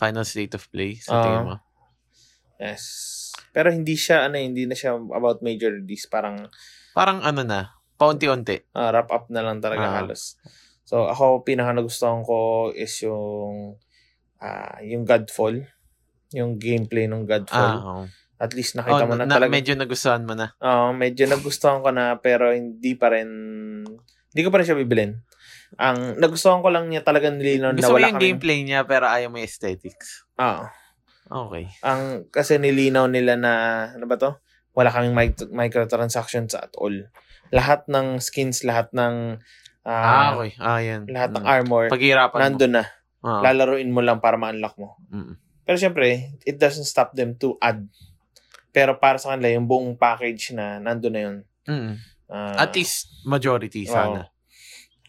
S2: final state of play sa
S1: Ah.
S2: tingin mo.
S1: Yes. Pero hindi siya, ano, eh, hindi na siya about major release. Parang
S2: Parang ano na, paunti-unti.
S1: ah, wrap up na lang talaga
S2: Ah.
S1: halos. So, ako, pinaka nagustuhan ko is yung, ah, yung Godfall. Yung gameplay ng
S2: Ah,
S1: Godfall.
S2: oo.
S1: At least
S2: Oh,
S1: nakita mo na,
S2: na-
S1: talaga.
S2: medyo nagustuhan mo na.
S1: Oo, medyo nagustuhan ko na pero hindi pa rin hindi ko pa rin siya bibilin. Ang nagustuhan ko lang niya talaga nilinaw na
S2: Gusto mo
S1: wala
S2: yung
S1: kaming
S2: gameplay niya pero ayaw mo yung aesthetics.
S1: Oo.
S2: Okay.
S1: ang kasi nilinaw nila na ano ba to? Wala kaming mic- microtransactions at all. Lahat ng skins, lahat ng
S2: ah,
S1: ah,
S2: okay. Ah, yan.
S1: lahat ng
S2: Mm.
S1: armor
S2: Paghirapan mo.
S1: nandoon na.
S2: Ah,
S1: Lalaruin mo lang para ma-unlock mo.
S2: mm.
S1: Pero syempre, it doesn't stop them to add. Pero para sa kanila, yung buong package na nandoon na yun.
S2: Mm.
S1: Ah,
S2: At least, majority sana.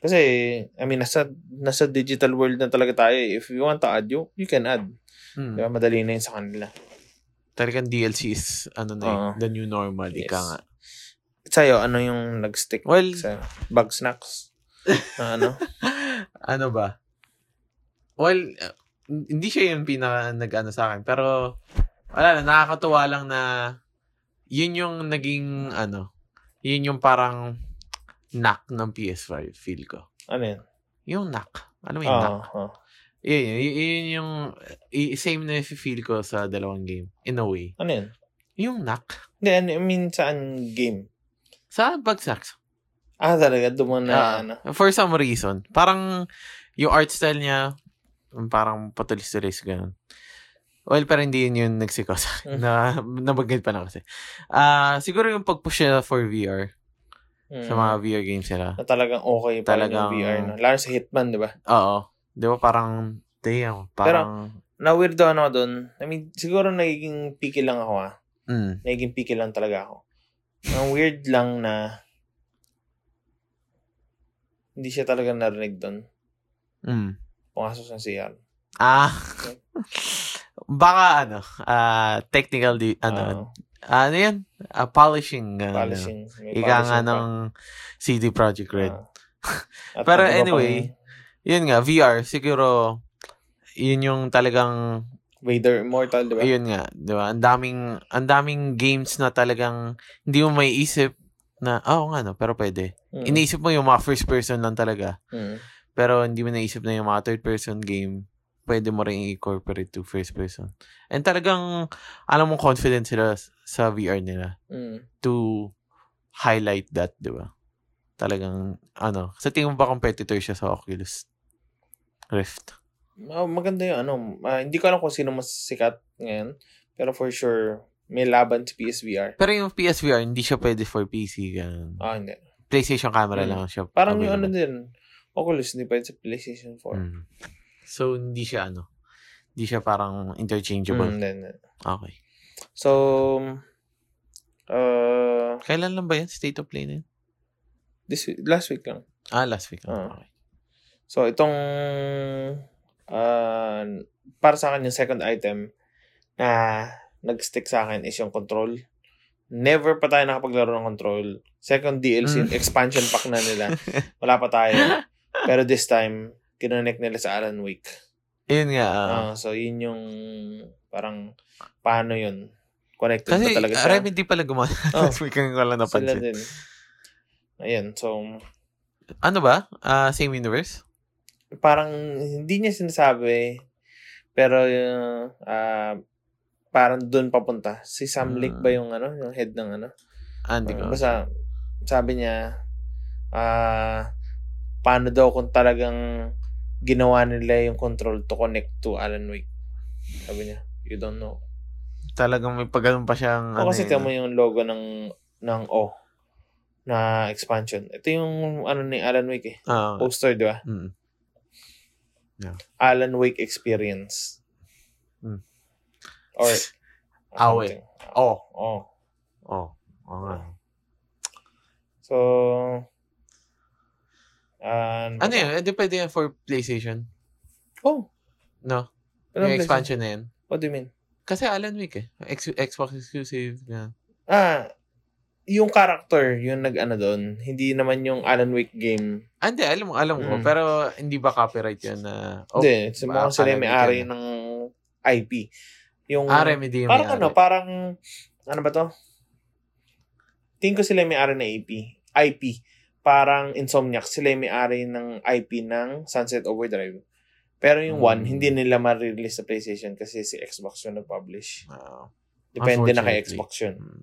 S1: Kasi, I mean, nasa, nasa digital world na talaga tayo. eh. If you want to add, you, you can add.
S2: Mm.
S1: Diba? Madali na yun sa kanila.
S2: Talagang DLC is, ano na
S1: Oo.
S2: yun, the new normal.
S1: Yes.
S2: Ika nga.
S1: Sa'yo, ano yung nag-stick
S2: Well,
S1: sa bug
S2: <laughs>
S1: snacks? Na ano?
S2: ano ba? Well, uh, hindi siya yung pinaka nag-ano sa akin. Pero, wala na, nakakatuwa lang na yun yung naging, ano, yun yung parang knock ng PS5, feel ko.
S1: Ano yun? Ah,
S2: Yung knock. Alam mo yung knock?
S1: Oo. oo.
S2: Yun, yun, yun, yun yung i- same na feel ko sa dalawang game, in a way.
S1: Ano yun?
S2: Yung knock.
S1: Hindi, ano, I mean, saan game?
S2: Sa Bagsacks.
S1: Ah, talaga, doon mo na,
S2: Ah,
S1: ano?
S2: For some reason. Parang yung art style niya, parang patulis-tulis, ganun. Well, pero hindi yun yung nagsiko sa akin.
S1: Mm.
S2: <laughs> na, nabanggit pa na kasi. Ah, siguro yung pag-push nila for VR,
S1: Mm.
S2: sa mga VR games nila.
S1: Na talagang okay pa rin yung
S2: Talagang-
S1: VR, no? Lalo sa Hitman, diba? di ba?
S2: Oo. Di ba parang, damn, parang,
S1: Na-weirdo ano doon. I mean, siguro nagiging picky lang ako, ah.
S2: mm,
S1: Nagiging picky lang talaga ako. Ang weird lang na hindi siya talaga narinig doon.
S2: mm.
S1: pumasok sa CR.
S2: <laughs> Ah, baka ano, ah, technical, di,
S1: Oo.
S2: ano, ano yan? Ah, polishing. ganun, ganun.
S1: Polishing. May
S2: Ika nga
S1: polishing
S2: ng CD Project
S1: pa.
S2: Red. <laughs>
S1: Ah. At
S2: Pero
S1: ano ba pang
S2: anyway, Yun nga, VR, siguro, yun yung talagang,
S1: Vader Immortal, di ba?
S2: yun nga, di ba? Ang daming, ang daming games na talagang hindi mo may isip na, ah, oo nga, no, pero pwede.
S1: Mm,
S2: Iniisip mo yung mga first person lang talaga.
S1: mm.
S2: Pero hindi mo naisip na yung mga third person game, pwede mo rin i-incorporate to first person. And talagang, alam mo, confident sila s- sa VR nila
S1: Mm.
S2: to highlight that, di ba? Talagang, ano, sa tingin mo ba competitor siya sa Oculus Rift?
S1: Ah, maganda yung ano. ah, hindi ko alam kung sino mas sikat ngayon. Pero for sure, may laban si PSVR.
S2: Pero yung PSVR, hindi siya pwede for PC, ganun.
S1: Ah, hindi.
S2: PlayStation camera
S1: Mm.
S2: lang siya.
S1: Parang yung ano
S2: available.
S1: din. Oculus, hindi pa yun sa PlayStation 4.
S2: Mm. So, hindi siya, ano, hindi siya parang
S1: Mm,
S2: interchangeable.
S1: hindi, hindi.
S2: Okay.
S1: So, uh,
S2: Kailan lang ba yan? State of play na yun?
S1: this week- last week lang.
S2: Ah, last week. lang.
S1: Oo.
S2: Okay.
S1: So, itong ah, para sa akin yung second item na nag-stick sa akin is yung control. Never pa tayo nakapaglaro ng control. Second DLC,
S2: Mm.
S1: expansion pack na
S2: <laughs>
S1: nila. Wala pa tayo. Pero this time, kinonek nila sa Alan Wake.
S2: Yun nga. ah.
S1: Ah, so, yun yung parang paano yun. Connected
S2: Kasi
S1: ba talaga siya?
S2: Remedy pala gumawa. <laughs>
S1: Oh.
S2: Last week ko lang
S1: Sila
S2: napansin.
S1: din. Ayan, so,
S2: Ano ba? Ah, same universe?
S1: parang hindi niya sinasabi pero uh, ah, parang doon papunta si
S2: Hmm.
S1: Sam Lake ba yung ano yung head ng ano
S2: Ah, hindi ko.
S1: basta sabi niya ah paano daw kung talagang ginawa nila yung control to connect to Alan Wake sabi niya you don't know
S2: Talagang may pagano'n pa siyang...
S1: o Oh, kasi
S2: eh,
S1: tingnan mo yung logo ng ng O na expansion ito yung ano ni Alan Wake eh
S2: ah,
S1: poster di ba
S2: mm.
S1: Alan Wake experience.
S2: Hmm.
S1: Or
S2: <laughs> Awe.
S1: something.
S2: Oh.
S1: Oh.
S2: Oh. Oo nga.
S1: Hmm. So and
S2: Ano yun? Eh, di pwede yan for PlayStation.
S1: Oh.
S2: No?
S1: Ano ang
S2: yung expansion na yan.
S1: PlayStation? What do you mean?
S2: Kasi Alan Wake eh. Ex- Xbox exclusive. na.
S1: Ah, yung character, yung nag-ano doon, hindi naman yung Alan Wake game.
S2: Ah, hindi. Alam mo, alam ko.
S1: Mm.
S2: Pero hindi ba copyright yun na... oh,
S1: Hindi, oh,
S2: ba-
S1: mukhang sila yung may-ari
S2: Alan Wake
S1: ng IP. Yung,
S2: Ah, Remedy yung
S1: parang
S2: may-ari.
S1: ano, parang, ano ba to? Tingin ko sila yung may-ari ng IP. IP. Parang Insomniac, sila yung may-ari ng IP ng Sunset Overdrive. Pero yung
S2: Hmm.
S1: one, hindi nila ma-release sa PlayStation kasi si Xbox yung nag-publish.
S2: Ah,
S1: Depende na kay
S2: Unfortunately.
S1: Xbox yun.
S2: mm.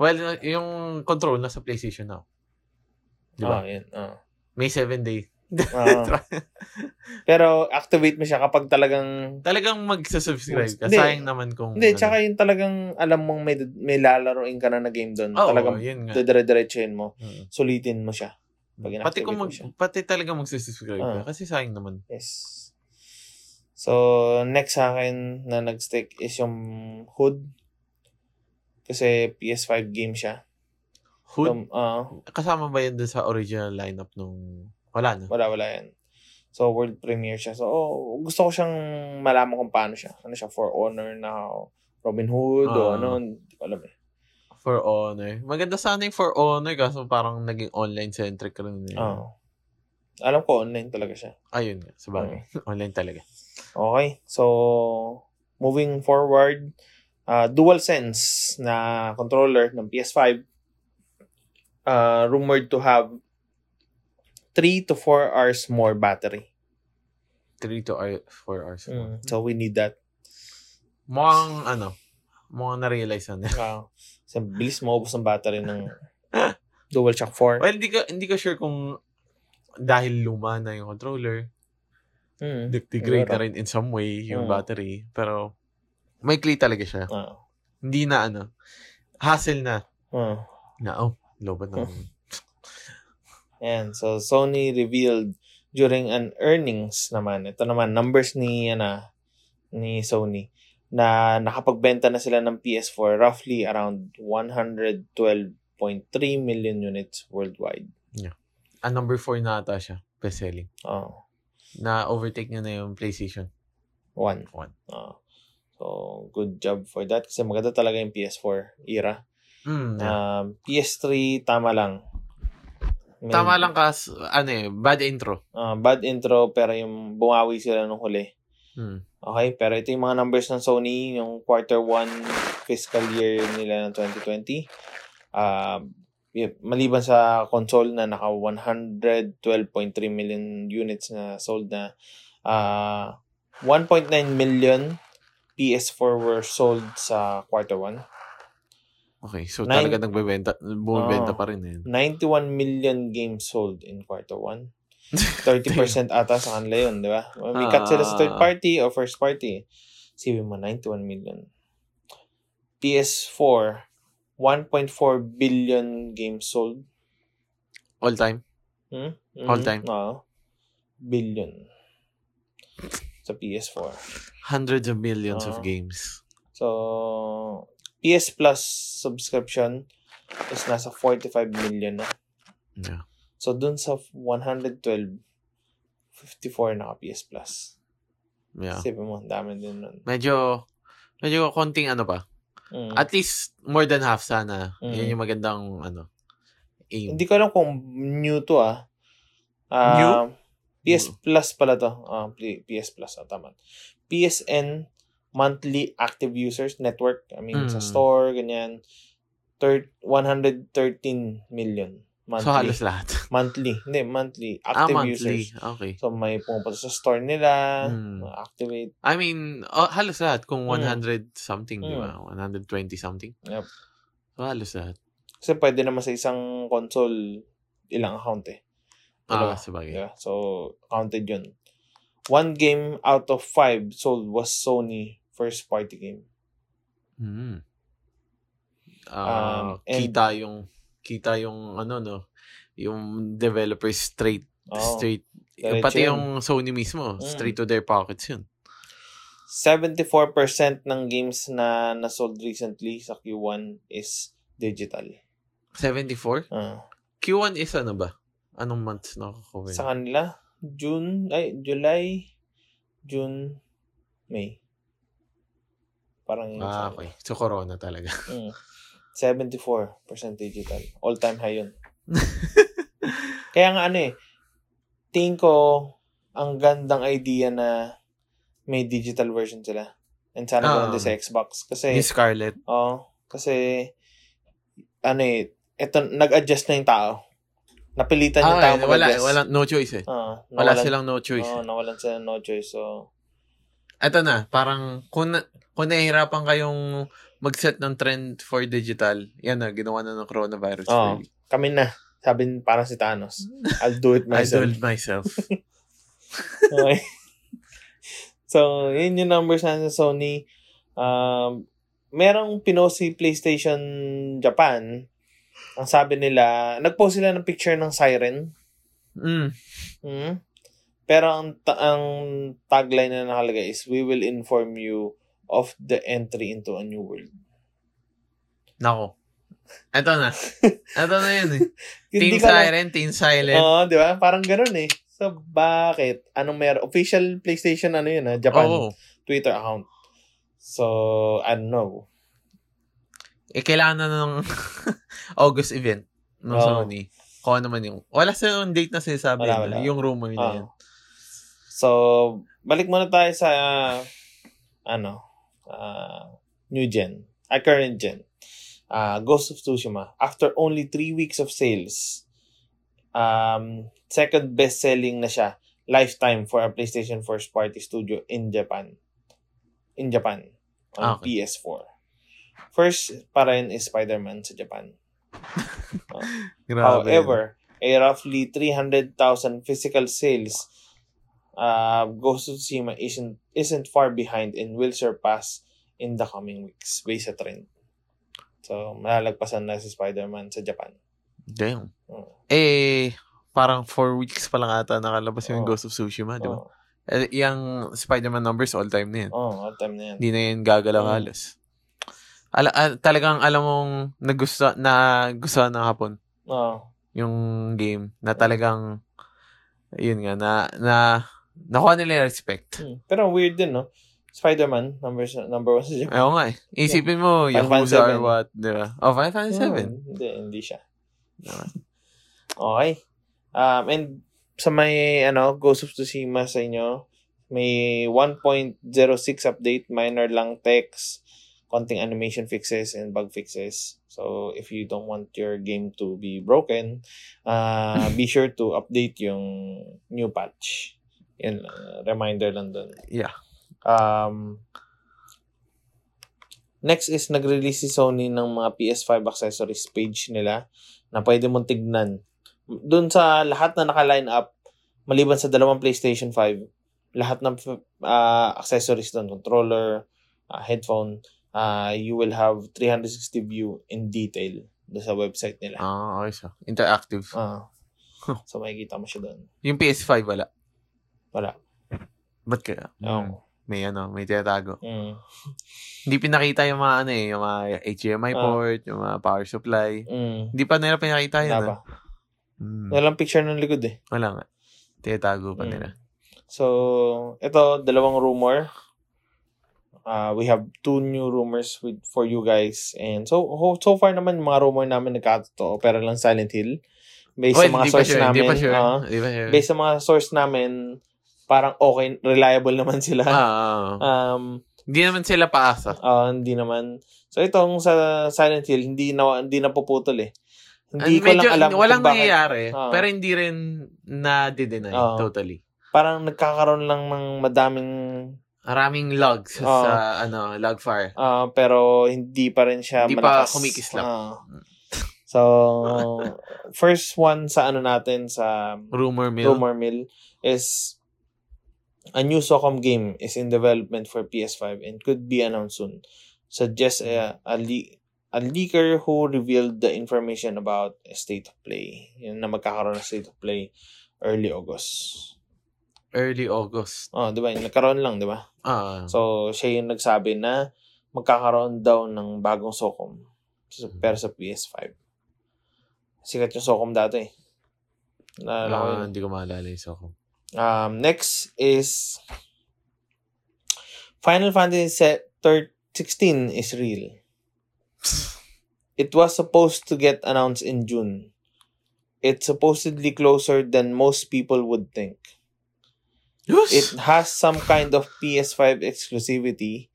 S2: well, yung control nasa PlayStation now. Di
S1: Ah,
S2: ba?
S1: yun. ah.
S2: May 7 day. <laughs>
S1: Ah. Pero activate mo siya kapag talagang
S2: Talagang magsasubscribe ka.
S1: Hindi.
S2: Sayang naman kung...
S1: hindi,
S2: ano.
S1: tsaka yung talagang alam mong may, may lalaroin ka na na game doon.
S2: Ah, Oo,
S1: talagang
S2: yun nga.
S1: dadiretsuhin mo.
S2: Mm.
S1: Sulitin mo siya. Pag
S2: pati kung
S1: inactivate mo
S2: mag,
S1: siya.
S2: pati talaga magsasubscribe ka.
S1: Ah.
S2: Kasi sayang naman.
S1: Yes. So, next sa akin na nag-stick is yung Hood. Kasi PS5 game siya. Um,
S2: Hood,
S1: ah,
S2: kasama ba yan dun sa original lineup nung... Wala na.
S1: wala, wala yan. So, world premiere siya. So, oh, gusto ko siyang malaman kung paano siya. Ano siya, For Honor na Robin Hood o
S2: Ah.
S1: ano. Hindi ko alam eh.
S2: For Honor. Maganda sana yung For Honor kaso parang naging online-centric rin yun.
S1: Oo. Ah. Alam ko, online talaga siya.
S2: Ayun nga, sabagay. <laughs> online talaga.
S1: Okay. So, moving forward, uh, DualSense na controller ng PS5 uh, rumored to have 3 to 4 hours more battery.
S2: 3 to 4 hours.
S1: So, we need that.
S2: Mukhang ano, mukhang na-realize na nila. <laughs>
S1: Uh, so, bilis maubos ang battery ng DualShock 4.
S2: Well, hindi ko, hindi ko sure kung dahil luma na yung controller,
S1: Mm.
S2: degrade na
S1: Siguro.
S2: rin in some way yung
S1: Mm.
S2: battery. Pero, may clay talaga siya.
S1: Ah.
S2: Hindi na ano, hassle na.
S1: Ah.
S2: Na, oh, lobat na.
S1: Ayan. So, Sony revealed during an earnings naman. Ito naman, numbers ni, ano, ni Sony na nakapagbenta na sila ng PS4 roughly around 112.3 million units worldwide.
S2: Ah, number 4 na ata siya. Best selling.
S1: Oh,
S2: Na overtake niya na yung PlayStation
S1: one.
S2: 1.
S1: Oh. So, So, good job for that. Kasi maganda talaga yung PS4 era.
S2: Mm, yeah.
S1: Um, PS3, tama lang. May-
S2: Tama lang kas, ano eh, bad intro.
S1: ah, bad intro, pero yung bumawi sila nung huli.
S2: Mm.
S1: Okay, pero ito yung mga numbers ng Sony, yung quarter one fiscal year nila ng 2020. Ah, y- maliban sa console na naka 112.3 million units na sold na, ah 1.9 million PS4 were sold sa quarter one.
S2: Okay, so
S1: Nine-
S2: talaga nagbebenta,
S1: Oo.
S2: bumibenta pa rin eh. yun.
S1: 91 million games sold in quarter
S2: <laughs>
S1: one. 30% ata sa kanila yun, di ba? May cut sila sa third
S2: Ah.
S1: party o first party. Sabi mo, 91 million. PS4, 1.4 billion games sold.
S2: All time.
S1: Mhm,
S2: All time.
S1: Oo. Billion. Sa PS4.
S2: Hundreds of millions
S1: Oo.
S2: of games.
S1: So, PS Plus subscription is nasa 45 million na.
S2: Yeah.
S1: So, dun sa 112, 54 naka PS Plus.
S2: Yeah.
S1: Isipin mo, ang dami din nun.
S2: Medyo, medyo konting ano pa.
S1: Mm.
S2: At least, more than half sana.
S1: Mm.
S2: Yun yung magandang, ano, aim.
S1: Hindi ko alam kung new to ah. Ah,
S2: New? Mm.
S1: PS Plus pala to. Ah, P- PS Plus, ah, tama. PSN monthly active users network. I mean, sa
S2: Mm.
S1: store, ganyan. Thir- 113 million monthly.
S2: So, halos lahat.
S1: Monthly. Hindi, monthly.
S2: ah,
S1: Active users. Ah.
S2: monthly. Okay.
S1: So, may pumupunta sa store nila,
S2: Mm.
S1: activate.
S2: I mean, oh, halos lahat. Kung
S1: Mm.
S2: 100 something, di
S1: Mm.
S2: ba? 120 something.
S1: Yep.
S2: So, halos lahat.
S1: Kasi pwede naman sa isang console, ilang account eh.
S2: Ah,
S1: Dalawa.
S2: sabagay.
S1: Yeah, so counted yun. One game out of five sold was Sony first party game.
S2: Mm. Ah,
S1: Um, and-
S2: kita yung kita yung ano no yung developers straight
S1: Oh,
S2: straight
S1: diretso
S2: pati
S1: yun.
S2: yung Sony
S1: Mm.
S2: mismo straight to their pockets yun
S1: 74% ng games na nasold recently sa Q1 is digital.
S2: 74
S1: Ah,
S2: Q1 is ano ba anong month na cover
S1: Sa kanila, June, ay, July, June, May. Parang yun. sa
S2: ah okay so corona talaga
S1: Mm. 74% digital. All-time high
S2: <laughs>
S1: yun. Kaya nga ano eh, tingin ko, ang gandang idea na may digital version sila. And sana
S2: Ah.
S1: ganun din sa Xbox. Kasi,
S2: ni Scarlett
S1: oh, kasi, ano eh, eto, nag-adjust na yung tao. Napilitan yung tao
S2: ah, okay, wala
S1: mag-adjust.
S2: wala no choice eh
S1: Ah,
S2: wala
S1: nawalan-
S2: silang no choice
S1: Oo, nawalan sila ng no choice. So,
S2: Eto na, parang kung, na, kung nahihirapan kayong mag-set ng trend for digital, yan na, ginawa na ng coronavirus.
S1: Oo.
S2: for you.
S1: kami na. Sabi ni- parang si Thanos. I'll do it
S2: I
S1: myself.
S2: told myself.
S1: Okay. so, yun yung numbers na sa Sony. Um, merong pinost si PlayStation Japan. Ang sabi nila, nag-post sila ng picture ng siren.
S2: mm.
S1: Hmm? Pero ang, ta- ang tagline na nakalagay is, We will inform you of the entry into a new world.
S2: Nako. Eto
S1: <laughs>
S2: na. Eto na yun eh. Team
S1: ka na-
S2: Siren, Team Silent.
S1: Oo, di ba? Parang ganun eh. So, bakit? Anong meron? Official PlayStation ano yun ha? Japan
S2: Oo.
S1: Twitter account. So, I don't know.
S2: Eh, kailangan na ng <laughs> August event ng
S1: Oo.
S2: Sony. Kung ano man yung... Wala sa yung date na sinasabi.
S1: Wala,
S2: Wala,
S1: wala.
S2: Yung rumor na
S1: Oo.
S2: yan.
S1: Ah. So, balik muna tayo sa ano, ah, new gen, ah, current gen. Ah, Ghost of Tsushima. After only three weeks of sales, um, second best-selling na siya lifetime for a PlayStation first party studio in Japan. In Japan. On
S2: Ah, Okay.
S1: PS4. First pa rin is Spider-Man sa Japan.
S2: Grabe.
S1: However, a roughly 300,000 physical sales uh, Ghost of Tsushima isn't, isn't far behind and will surpass in the coming weeks based sa trend. So, malalagpasan na si Spider-Man sa Japan.
S2: Damn.
S1: Oo.
S2: Eh, parang four weeks pa lang ata nakalabas yung
S1: Oo.
S2: Ghost of Tsushima, di ba?
S1: Oo,
S2: Eh, yung Spider-Man numbers all time na yan.
S1: oh, all time na yan.
S2: Hindi na yan gagalaw
S1: Mm.
S2: halos. Ala, ah, talagang alam mong nagusto na gusto ng hapon
S1: Oo.
S2: yung game na talagang yun nga na na nakuha nila yung respect.
S1: Hmm. Pero weird din, no? Spider-Man, number, number one siya.
S2: Ayaw nga eh. Isipin mo,
S1: Final
S2: Yakuza
S1: Fantasy
S2: or
S1: VII.
S2: what, di ba? Oh, Final Fantasy VII.
S1: Hmm, Hindi, hindi siya.
S2: Diba?
S1: Okay. Um, and sa may ano, Ghost of Tsushima sa inyo, may 1.06 update, minor lang text, konting animation fixes and bug fixes. So, if you don't want your game to be broken, uh, be sure to update yung new patch. Yun, lang, uh, reminder lang dun.
S2: Yeah.
S1: Um, next is nag-release si Sony ng mga PS5 accessories page nila na pwede mong tignan. Doon sa lahat na naka-line up, maliban sa dalawang PlayStation 5, lahat ng ah, accessories doon, controller, ah, headphone, ah, you will have 360 view in detail doon sa website nila.
S2: Ah, okay siya. Interactive.
S1: Ah. so makikita mo siya doon.
S2: Yung PS5 wala.
S1: Wala.
S2: Ba't kaya?
S1: Oo.
S2: May ano, may
S1: Oh,
S2: tinatago.
S1: Mm.
S2: Hindi pinakita yung mga ano eh, yung mga HDMI
S1: Ah.
S2: port, yung mga power supply.
S1: Mm.
S2: Hindi pa nila pinakita yun.
S1: Wala
S2: Wala
S1: pa.
S2: Mm,
S1: Walang picture ng likod eh.
S2: wala nga. Tinatago pa
S1: Mm.
S2: nila.
S1: So, ito, dalawang rumor. Uh, we have two new rumors with, for you guys. And so, ho- so far naman, mga rumor namin nagkatotoo. Pero lang Silent Hill. Based sa
S2: Well,
S1: mga
S2: di pa
S1: source
S2: sure,
S1: namin.
S2: Di pa sure.
S1: ah,
S2: di pa sure.
S1: based sa mga source namin, parang okay, reliable <laughs> naman sila.
S2: Ah, ah, ah.
S1: Um,
S2: Hindi naman sila paasa.
S1: ah, hindi naman. So, itong sa Silent Hill, hindi na, hindi na puputol eh. Hindi
S2: And
S1: ko lang alam
S2: Walang
S1: kung bakit.
S2: nangyayari.
S1: Ah.
S2: Pero hindi rin na-deny
S1: Ah.
S2: totally.
S1: Parang nagkakaroon lang ng madaming
S2: Maraming logs
S1: Ah.
S2: sa ano, log fire.
S1: Ah, pero hindi pa rin siya
S2: Hindi pa kumikislap. Hmm.
S1: Ah. so, first one sa ano natin sa
S2: Rumor mill.
S1: rumor mill is a new Socom game is in development for PS5 and could be announced soon. Suggests a, a, le- a leaker who revealed the information about state of play. Yun na magkakaroon ng state of play early August.
S2: Early August.
S1: Oh, di ba? Nagkaroon lang, di ba?
S2: Ah.
S1: So, siya yung nagsabi na magkakaroon daw ng bagong Socom. So, pero sa PS5. Sikat yung Socom dati eh. Naalala ko
S2: Ah,
S1: ano yun.
S2: hindi ko maalala yung
S1: <laughs>
S2: Socom.
S1: Um, next is Final Fantasy se- thir- 16 is real. It was supposed to get announced in June. It's supposedly closer than most people would think.
S2: Yes!
S1: It has some kind of PS5 exclusivity.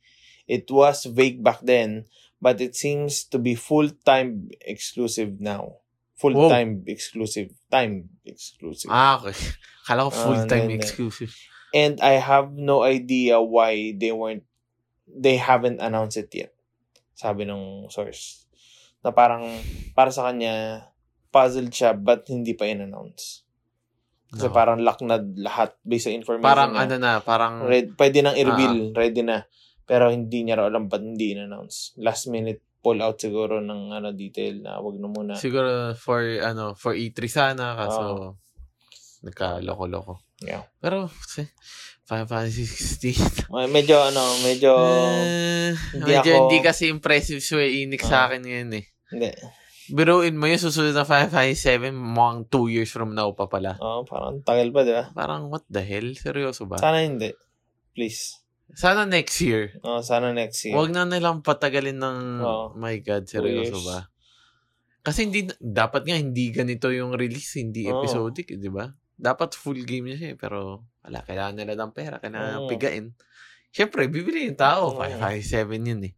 S1: It was vague back then, but it seems to be full time exclusive now. Full time exclusive. Time exclusive.
S2: Ah, okay. Kala ko
S1: Ah,
S2: full-time
S1: hindi, hindi.
S2: exclusive.
S1: And I have no idea why they weren't they haven't announced it yet. Sabi ng source. Na parang para sa kanya puzzled siya but hindi pa in-announce. Kasi
S2: No.
S1: parang laknad lahat based sa information.
S2: Ah. Parang
S1: na-
S2: ano na, parang
S1: Red, pwede nang
S2: Ah.
S1: i-reveal. Ready na. Pero hindi niya raw alam ba't hindi in-announce. Last minute pull out siguro ng ano detail na wag na muna.
S2: siguro for ano, for E3 sana kaso
S1: Oo.
S2: nagkaloko-loko.
S1: Yeah.
S2: Pero si Final Fantasy 16.
S1: Ah, medyo ano, medyo
S2: Eh,
S1: hindi
S2: medyo
S1: ako-
S2: hindi kasi impressive si Enix
S1: Ah.
S2: sa akin ngayon eh.
S1: hindi.
S2: Biruin mo yung susunod na Final Fantasy 7 mukhang 2 years from now pa pala.
S1: Oh, parang tagal pa, di ba?
S2: Parang what the hell? Seryoso ba?
S1: Sana hindi. Please.
S2: Sana next year.
S1: Oh, sana next year.
S2: Huwag na nilang patagalin ng
S1: Oo.
S2: my God,
S1: Oh. Two
S2: seryoso
S1: years.
S2: ba? Kasi hindi, dapat nga hindi ganito yung release, hindi
S1: Oo.
S2: episodic, eh, di ba? Dapat full game na siya eh, pero wala, kailangan nila ng pera, kailangan
S1: Oo.
S2: pigain. Siyempre, bibili yung
S1: Oo.
S2: tao, 557 yun eh.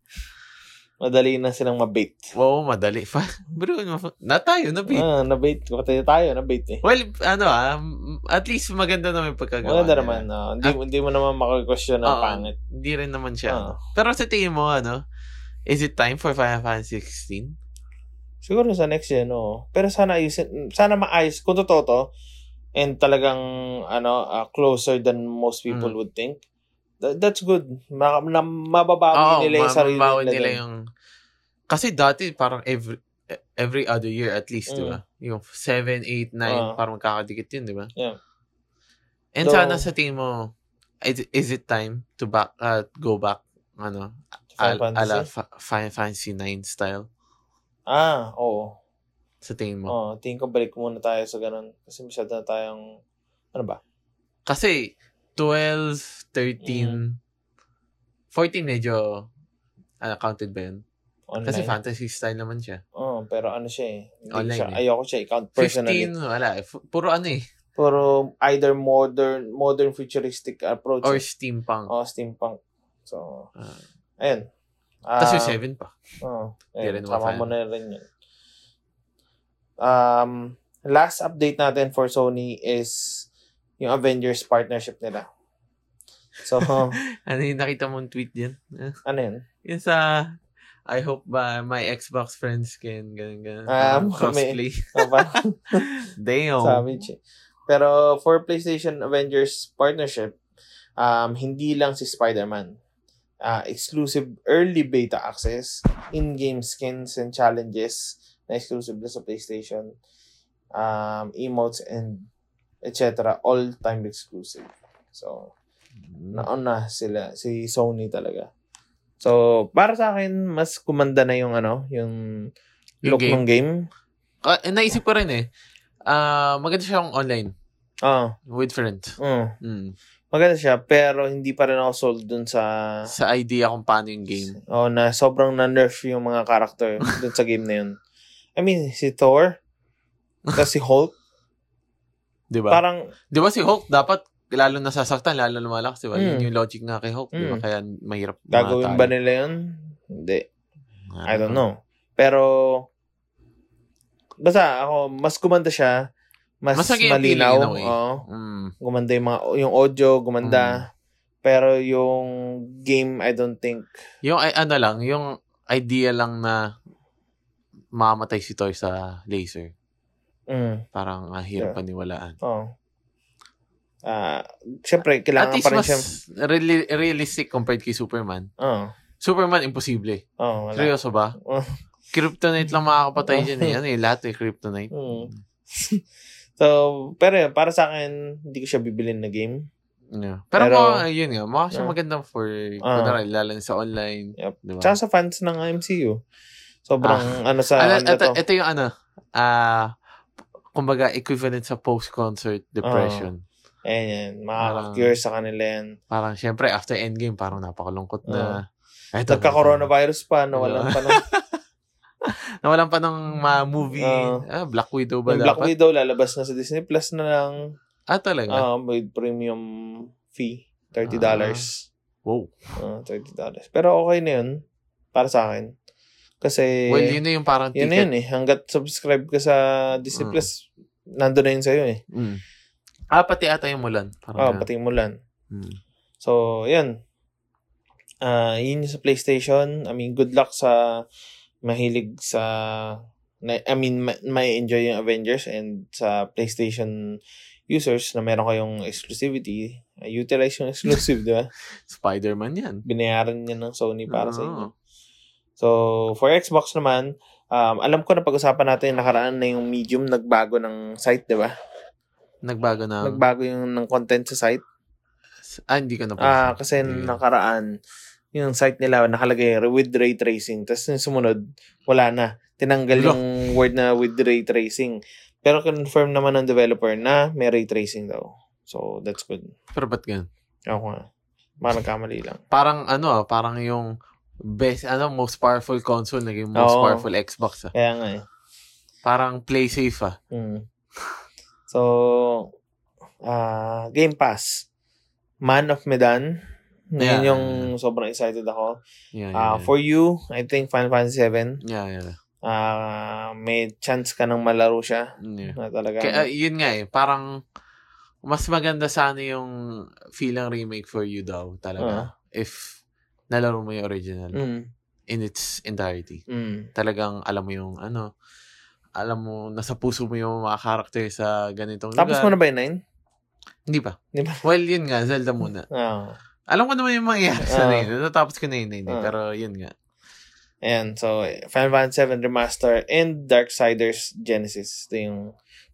S1: Madali na silang mabait.
S2: Oo, madali. <laughs> Fa- Bro, ma- na tayo, na beat.
S1: Ah, nabait. Kasi tayo, nabait eh.
S2: Well, ano ah, m- at least maganda na may pagkagawa.
S1: Maganda
S2: nila.
S1: naman. ah. Hindi mo- hindi mo naman makakwestiyon ng
S2: Oo,
S1: pangit.
S2: Hindi rin naman siya.
S1: Ah.
S2: ano. Pero sa tingin mo, ano, is it time for Final Fantasy 16?
S1: Siguro sa next gen, oo. Pero sana ayusin, sana maayos, kung totoo to, and talagang, ano, ah, closer than most people
S2: Mm.
S1: would think, tha- that's good. Ma- na, mababawi nila yung sarili
S2: mababawi
S1: nila.
S2: nila
S1: dun.
S2: yung... Kasi dati parang every every other year at least, di
S1: Mm.
S2: ba? Yung 7, 8, 9,
S1: Ah.
S2: parang magkakadikit yun, di ba?
S1: Yeah.
S2: And
S1: So-
S2: sana sa tingin mo, is, is it time to back uh, go back ano
S1: Final
S2: al,
S1: Fantasy?
S2: ala fa, Final Fantasy 9 style
S1: ah, oo.
S2: sa tingin mo?
S1: Oo, tingin ko balik muna tayo sa ganun. Kasi masyado na tayong, ano ba? Mm.
S2: Kasi 12, 13, 14 medyo ano, counted ba yun? Kasi fantasy style naman siya.
S1: Oo, pero ano siya eh. Hindi ko
S2: Online
S1: siya,
S2: eh.
S1: Ayoko siya i-count personally.
S2: 15, wala. eh. Fu- Puro ano eh.
S1: Puro either modern, modern futuristic approach. Or,
S2: Or steampunk.
S1: Oh, steampunk. So,
S2: Hmm. Ah.
S1: ayun. Ah,
S2: Tapos yung 7 pa.
S1: Oo.
S2: Di
S1: Ayun,
S2: rin
S1: sama
S2: makayan.
S1: mo na rin yun. Um, last update natin for Sony is yung Avengers partnership nila.
S2: <laughs>
S1: So,
S2: Ano yung nakita mong tweet yun?
S1: ano yun?
S2: Yung sa, I hope ba my Xbox friends can ganun ganun.
S1: Ah,
S2: Parang
S1: may-
S2: cosplay. <laughs>
S1: Ano ba?
S2: Damn.
S1: Sabi siya. Pero for PlayStation Avengers partnership, um, hindi lang si Spider-Man. Ah, exclusive early beta access, in-game skins and challenges na exclusive na sa PlayStation, um, emotes and etc. All time exclusive. So,
S2: Hmm.
S1: naon na sila, si Sony talaga. So, para sa akin, mas kumanda na yung ano, yung,
S2: Yung
S1: look
S2: game.
S1: ng game.
S2: Ka- eh, naisip ko rin eh. Ah, maganda siyang online
S1: Ah,
S2: with friends.
S1: mm.
S2: Mm.
S1: Maganda siya, pero hindi pa rin ako sold dun sa...
S2: Sa idea kung paano yung game.
S1: Oh, na sobrang na-nerf yung mga karakter dun sa game na yun. I mean, si Thor, tapos si Hulk,
S2: Di <laughs> ba?
S1: parang,
S2: Di ba si Hulk dapat lalo nasasaktan, lalo lumalakas, di ba? Yun
S1: Mm.
S2: yung logic nga kay Hulk, di ba?
S1: Mm.
S2: Kaya mahirap
S1: gagawin
S2: matalo.
S1: ba nila yun? Hindi.
S2: Ah,
S1: I don't know. Pero, basta ako, mas kumanda siya, mas,
S2: Mas naging appealing
S1: malinaw.
S2: in a way.
S1: Oo.
S2: Mm.
S1: gumanda yung, mga, yung audio, gumanda. Pero yung game, I don't think,
S2: Yung ay, ano lang, yung idea lang na mamatay si Toy sa laser.
S1: mm,
S2: Parang ah, hirap
S1: Yeah.
S2: paniwalaan.
S1: oh. Ah, syempre
S2: At
S1: kailangan
S2: least
S1: pa rin
S2: mas
S1: siya.
S2: reali- realistic compared kay Superman.
S1: Oo.
S2: Superman, imposible.
S1: Oo, wala.
S2: Seryoso
S1: <laughs>
S2: ba?
S1: Oh.
S2: kryptonite lang makakapatay
S1: Oh.
S2: dyan eh. Ano eh, lahat eh,
S1: <laughs> Mm.
S2: kryptonite. Hmm.
S1: <laughs> so, pero yun, para sa akin, hindi ko siya bibilin na game.
S2: Yeah. Pero,
S1: Pero-
S2: mukha- yun nga, mukha siya
S1: Yeah.
S2: magandang for,
S1: Ah.
S2: kunwari, lalo na sa online.
S1: Yup.
S2: Diba?
S1: Tsaka sa fans ng MCU. Sobrang ano sa
S2: ano,
S1: ano,
S2: ito,
S1: to.
S2: ito yung ano, ah, kumbaga equivalent sa post-concert depression.
S1: Ayan, yan.
S2: Ah.
S1: Makaka-cure sa kanila yan.
S2: Parang syempre, after endgame, parang napakalungkot na. Uh,
S1: Nagka-coronavirus pa,
S2: Ano?
S1: nawalan pa
S2: <laughs>
S1: ng
S2: Nawalan pa ng mga movie.
S1: Oo.
S2: ah, Black Widow ba
S1: yung Black
S2: dapat?
S1: Widow, lalabas na sa Disney Plus na lang.
S2: Ah, talaga?
S1: Um, with premium fee.
S2: Ah.
S1: $30.
S2: wow.
S1: Ah, $30. Pero okay na yun. Para sa akin. Kasi,
S2: well, yun na yung parang
S1: yun na
S2: ticket.
S1: yun eh. Hanggat subscribe ka sa Disney
S2: Mm.
S1: Plus, nandun na yun sa'yo eh.
S2: Mm. Ah, pati ata yung Mulan. Parang
S1: Oh,
S2: ganun.
S1: pati yung Mulan.
S2: Mm.
S1: So, yun. Ah, yun yung sa PlayStation. I mean, good luck sa mahilig sa na- I mean, ma- may enjoy yung Avengers and sa PlayStation users na meron kayong exclusivity, uh, utilize yung exclusive, <laughs> di ba?
S2: Spider-Man yan.
S1: Binayaran niya ng Sony para sa
S2: Oo.
S1: inyo. So, for Xbox naman, um, alam ko na pag-usapan natin nakaraan na yung Medium nagbago ng site, di ba?
S2: Nagbago na.
S1: Nagbago yung ng content sa site.
S2: ah, hindi ko na
S1: Ah, kasi
S2: Hindi.
S1: nakaraan, yung site nila nakalagay with ray tracing. Tapos yung sumunod, wala na. Tinanggal
S2: Wala.
S1: yung word na with ray tracing. Pero confirm naman ng developer na may ray tracing daw. So, that's good.
S2: Pero ba't ganun?
S1: Ako nga. Mga nagkamali lang.
S2: Parang ano, ah, parang yung best, ano, most powerful console naging most
S1: Oo.
S2: powerful Xbox. Ah.
S1: Kaya nga eh.
S2: Parang play safe ah.
S1: Mm. So, ah Game Pass. Man of Medan. Ngayon
S2: Yeah.
S1: yung sobrang excited ako.
S2: Yeah, yeah,
S1: Ah,
S2: yeah.
S1: for you, I think Final Fantasy 7.
S2: yeah, yeah.
S1: Ah, may chance ka nang malaro siya.
S2: yeah.
S1: Na talaga. ano?
S2: Kaya, yun nga eh, parang mas maganda sana yung feeling remake for you daw talaga. If nalaro mo yung original
S1: Ah. mm,
S2: in its entirety.
S1: mm,
S2: Talagang alam mo yung ano, alam mo, nasa puso mo yung mga character sa ganitong
S1: Tapos mo
S2: lugar.
S1: na ba yung 9?
S2: Hindi pa.
S1: Hindi pa.
S2: Well, yun nga, Zelda muna.
S1: Ah.
S2: Alam ko naman yung mangyayari sa
S1: Ah.
S2: uh, Natapos ko na yun, yun,
S1: Ah.
S2: yun. pero yun nga.
S1: Ayan, so Final Fantasy 7 Remaster and Darksiders Genesis. Ito yung,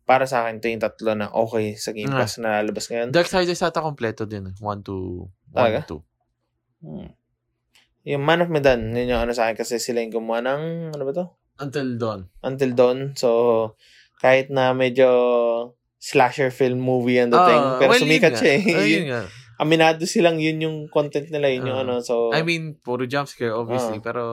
S1: para sa akin, ito yung tatlo na okay sa Game
S2: Ah.
S1: Pass na lalabas ngayon.
S2: Darksiders ata kompleto din. eh. 1 to
S1: Talaga?
S2: 1 to
S1: Hmm. Yung Man of Medan, yun yung ano sa akin kasi sila yung gumawa ng, ano ba to?
S2: 2. Until Dawn.
S1: Until Dawn. So, kahit na medyo slasher film movie ang dating,
S2: Ah,
S1: pero
S2: well, yun
S1: sumikat
S2: nga.
S1: siya eh. <laughs>
S2: Ah, yun nga.
S1: aminado silang yun yung content nila, yun yung
S3: Ah.
S1: ano. So,
S2: I mean, puro jump scare,
S1: Ah.
S2: obviously. pero,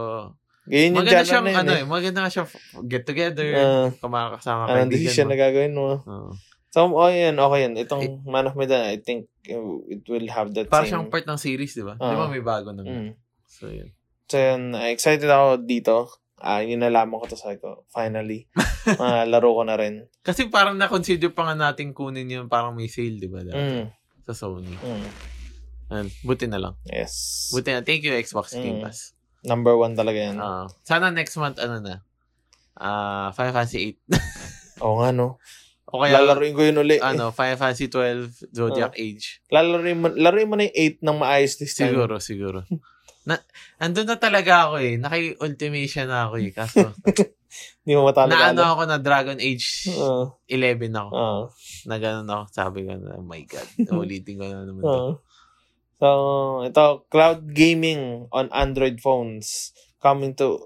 S1: yun yung genre
S2: maganda siyang,
S1: na yun.
S2: ano
S1: eh.
S2: eh, maganda nga siyang f- get together,
S1: Ah,
S2: kumakasama
S1: anong
S2: kaibigan Ah.
S1: decision
S2: mo.
S1: na gagawin mo?
S2: Oo.
S1: So, oh, yan, okay yan. Itong Man of Medan, I think uh, it will have that
S2: Para
S1: same...
S2: siyang part ng series, di ba?
S1: Ah.
S2: Di ba may bago na.
S1: Mm.
S2: So, yun.
S1: So, yun, excited ako dito. Ah, yun nalaman ko to sa ko.
S2: <laughs>
S1: Finally, malaro ko na rin.
S2: Kasi parang na-consider pa nga natin kunin yun, parang may sale, di ba? dati,
S1: Mm,
S2: Sa Sony.
S1: mm.
S2: Ayun, buti na lang.
S1: Yes.
S2: Buti na. Thank you, Xbox
S1: Mm.
S2: Game Pass.
S1: Number one talaga yan.
S2: Ah, sana next month, ano na, Ah, Final Fantasy 8.
S1: Oo nga, no?
S2: o kaya,
S1: Lalaroin ko yun uli.
S2: ano, Final Fantasy 12, Zodiac
S1: Ah.
S2: Age.
S1: Lalaroin mo, laruin mo na yung 8 ng maayos this time.
S2: Siguro, siguro. Na, andun na talaga ako eh. Naki-ultimation na ako eh.
S1: <laughs>
S2: Kaso,
S1: Hindi mo
S2: naano
S1: matalo-talo.
S2: ako na ano? Dragon Age
S1: Oo.
S2: 11 ako.
S1: Oo.
S2: Na ganun ako. Sabi ko na, oh my
S1: <laughs>
S2: God. Ulitin ko na naman. to.
S1: Oo. So, ito, cloud gaming on Android phones coming to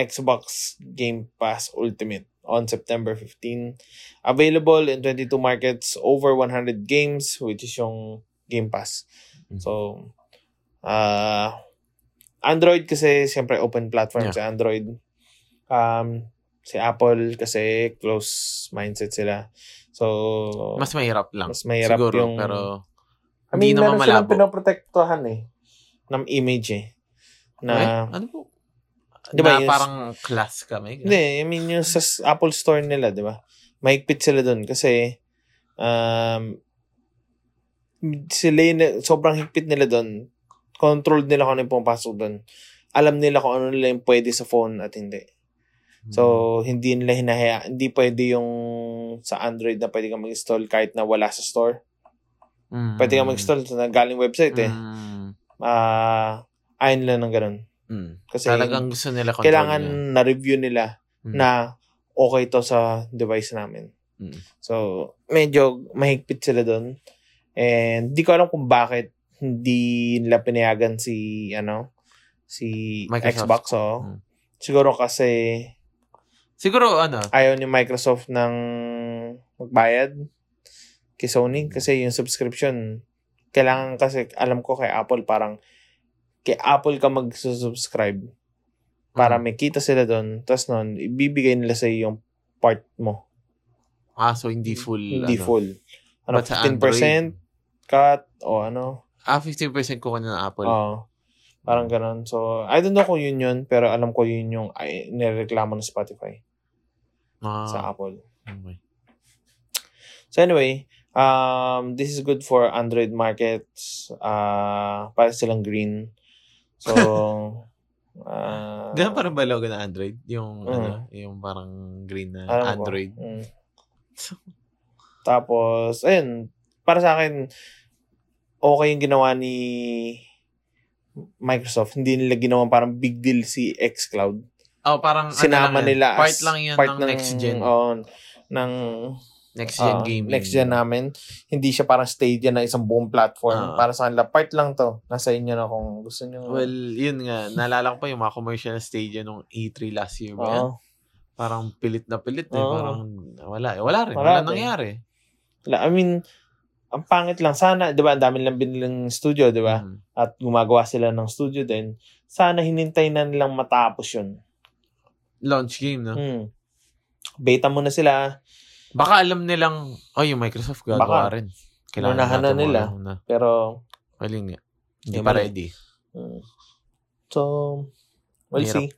S1: Xbox Game Pass Ultimate on September 15. Available in 22 markets, over 100 games, which is yung Game Pass.
S2: Mm.
S1: So, ah Android kasi siyempre open platform sa Android. Um, si Apple kasi close mindset sila. So,
S2: Mas mahirap lang.
S1: Mas mahirap
S2: siguro,
S1: yung-
S2: Pero,
S1: I mean,
S2: Hindi
S1: meron
S2: naman
S1: silang
S2: malabo.
S1: pinoprotektuhan eh. Ng image eh.
S2: eh,
S1: Na,
S2: ano po?
S1: Di ba
S2: na
S1: yun-
S2: parang class kami.
S1: hindi, I mean, yung sa s- Apple Store nila, di ba? Mahigpit sila dun kasi um, sila yun, sobrang higpit nila dun. Controlled nila kung ano yung pumapasok dun. Alam nila kung ano nila yung pwede sa phone at hindi. So,
S2: Hmm.
S1: hindi nila hinahaya. Hindi pwede yung sa Android na pwede kang mag-install kahit na wala sa store.
S2: Mm.
S1: Pwede kang mag-install na galing website eh.
S2: Mm.
S1: Ah, ayon nila ng ganun.
S2: Mm.
S1: Kasi
S2: Talagang gusto nila control
S1: kailangan
S2: nila.
S1: na-review nila
S2: Mm.
S1: na okay to sa device namin.
S2: Mm.
S1: So, medyo mahigpit sila doon. And di ko alam kung bakit hindi nila pinayagan si ano si
S2: Microsoft.
S1: Xbox oh.
S2: Mm.
S1: Siguro kasi
S2: Siguro, ano,
S1: ayaw ni Microsoft ng magbayad kay
S2: Hmm.
S1: Sony kasi yung subscription kailangan kasi alam ko kay Apple parang kay Apple ka mag-subscribe
S2: Mm.
S1: para may kita sila doon tapos noon ibibigay nila sa yung part mo
S2: ah, so hindi full.
S1: hindi
S2: ano.
S1: full ano
S2: But sa
S1: 15%
S2: Android,
S1: cut o ano
S2: Ah, 15% kukunin ng Apple.
S1: oo parang ganun so I don't know kung yun yun pero alam ko yun yung ay, nireklamo ng Spotify
S2: Ah,
S1: sa Apple
S2: okay.
S1: So anyway, um, this is good for Android markets. Uh, para silang green. So,
S2: <laughs>
S1: uh,
S2: Ganun parang ba logo na Android? Yung,
S1: Mm.
S2: ano, yung parang green na
S1: alam ko.
S2: Android.
S1: Mm. <laughs> Tapos, ayun, para sa akin, okay yung ginawa ni Microsoft. Hindi nila ginawa parang big deal si xCloud.
S2: Oh, parang ano
S1: Sinama
S2: lang yan.
S1: nila
S2: Part
S1: as
S2: lang yan
S1: part
S2: ng, next gen.
S1: oo, ng
S2: next gen
S1: ah,
S2: gaming.
S1: Next gen namin. Hindi siya parang Stadia na isang buong platform.
S2: Ah.
S1: para sa kanila, part lang to. Nasa inyo na kung gusto nyo.
S2: Well, yun nga. Naalala ko pa yung mga commercial na stage nung E3 last year. ba
S1: Oo.
S2: yan? Parang pilit na pilit eh.
S1: Oo.
S2: Parang wala. eh. Wala rin.
S1: Ah. Wala
S2: Wala,
S1: rin.
S2: nangyari.
S1: La- I mean, ang pangit lang. Sana, di ba, ang dami lang binilang studio, di ba?
S2: Mm.
S1: At gumagawa sila ng studio din. Sana hinintay na nilang matapos yun.
S2: Launch game, no?
S1: Hmm. Beta muna sila,
S2: Baka alam nilang, oh, yung Microsoft gagawa
S1: Baka.
S2: rin. Kailangan
S1: Unahan na
S2: natin
S1: nila.
S2: muna- muna.
S1: pero
S2: Well, yun nga. Hindi
S1: Yung
S2: pa
S1: mali.
S2: ready.
S1: hmm. so, we'll
S2: Mahirap.
S1: see.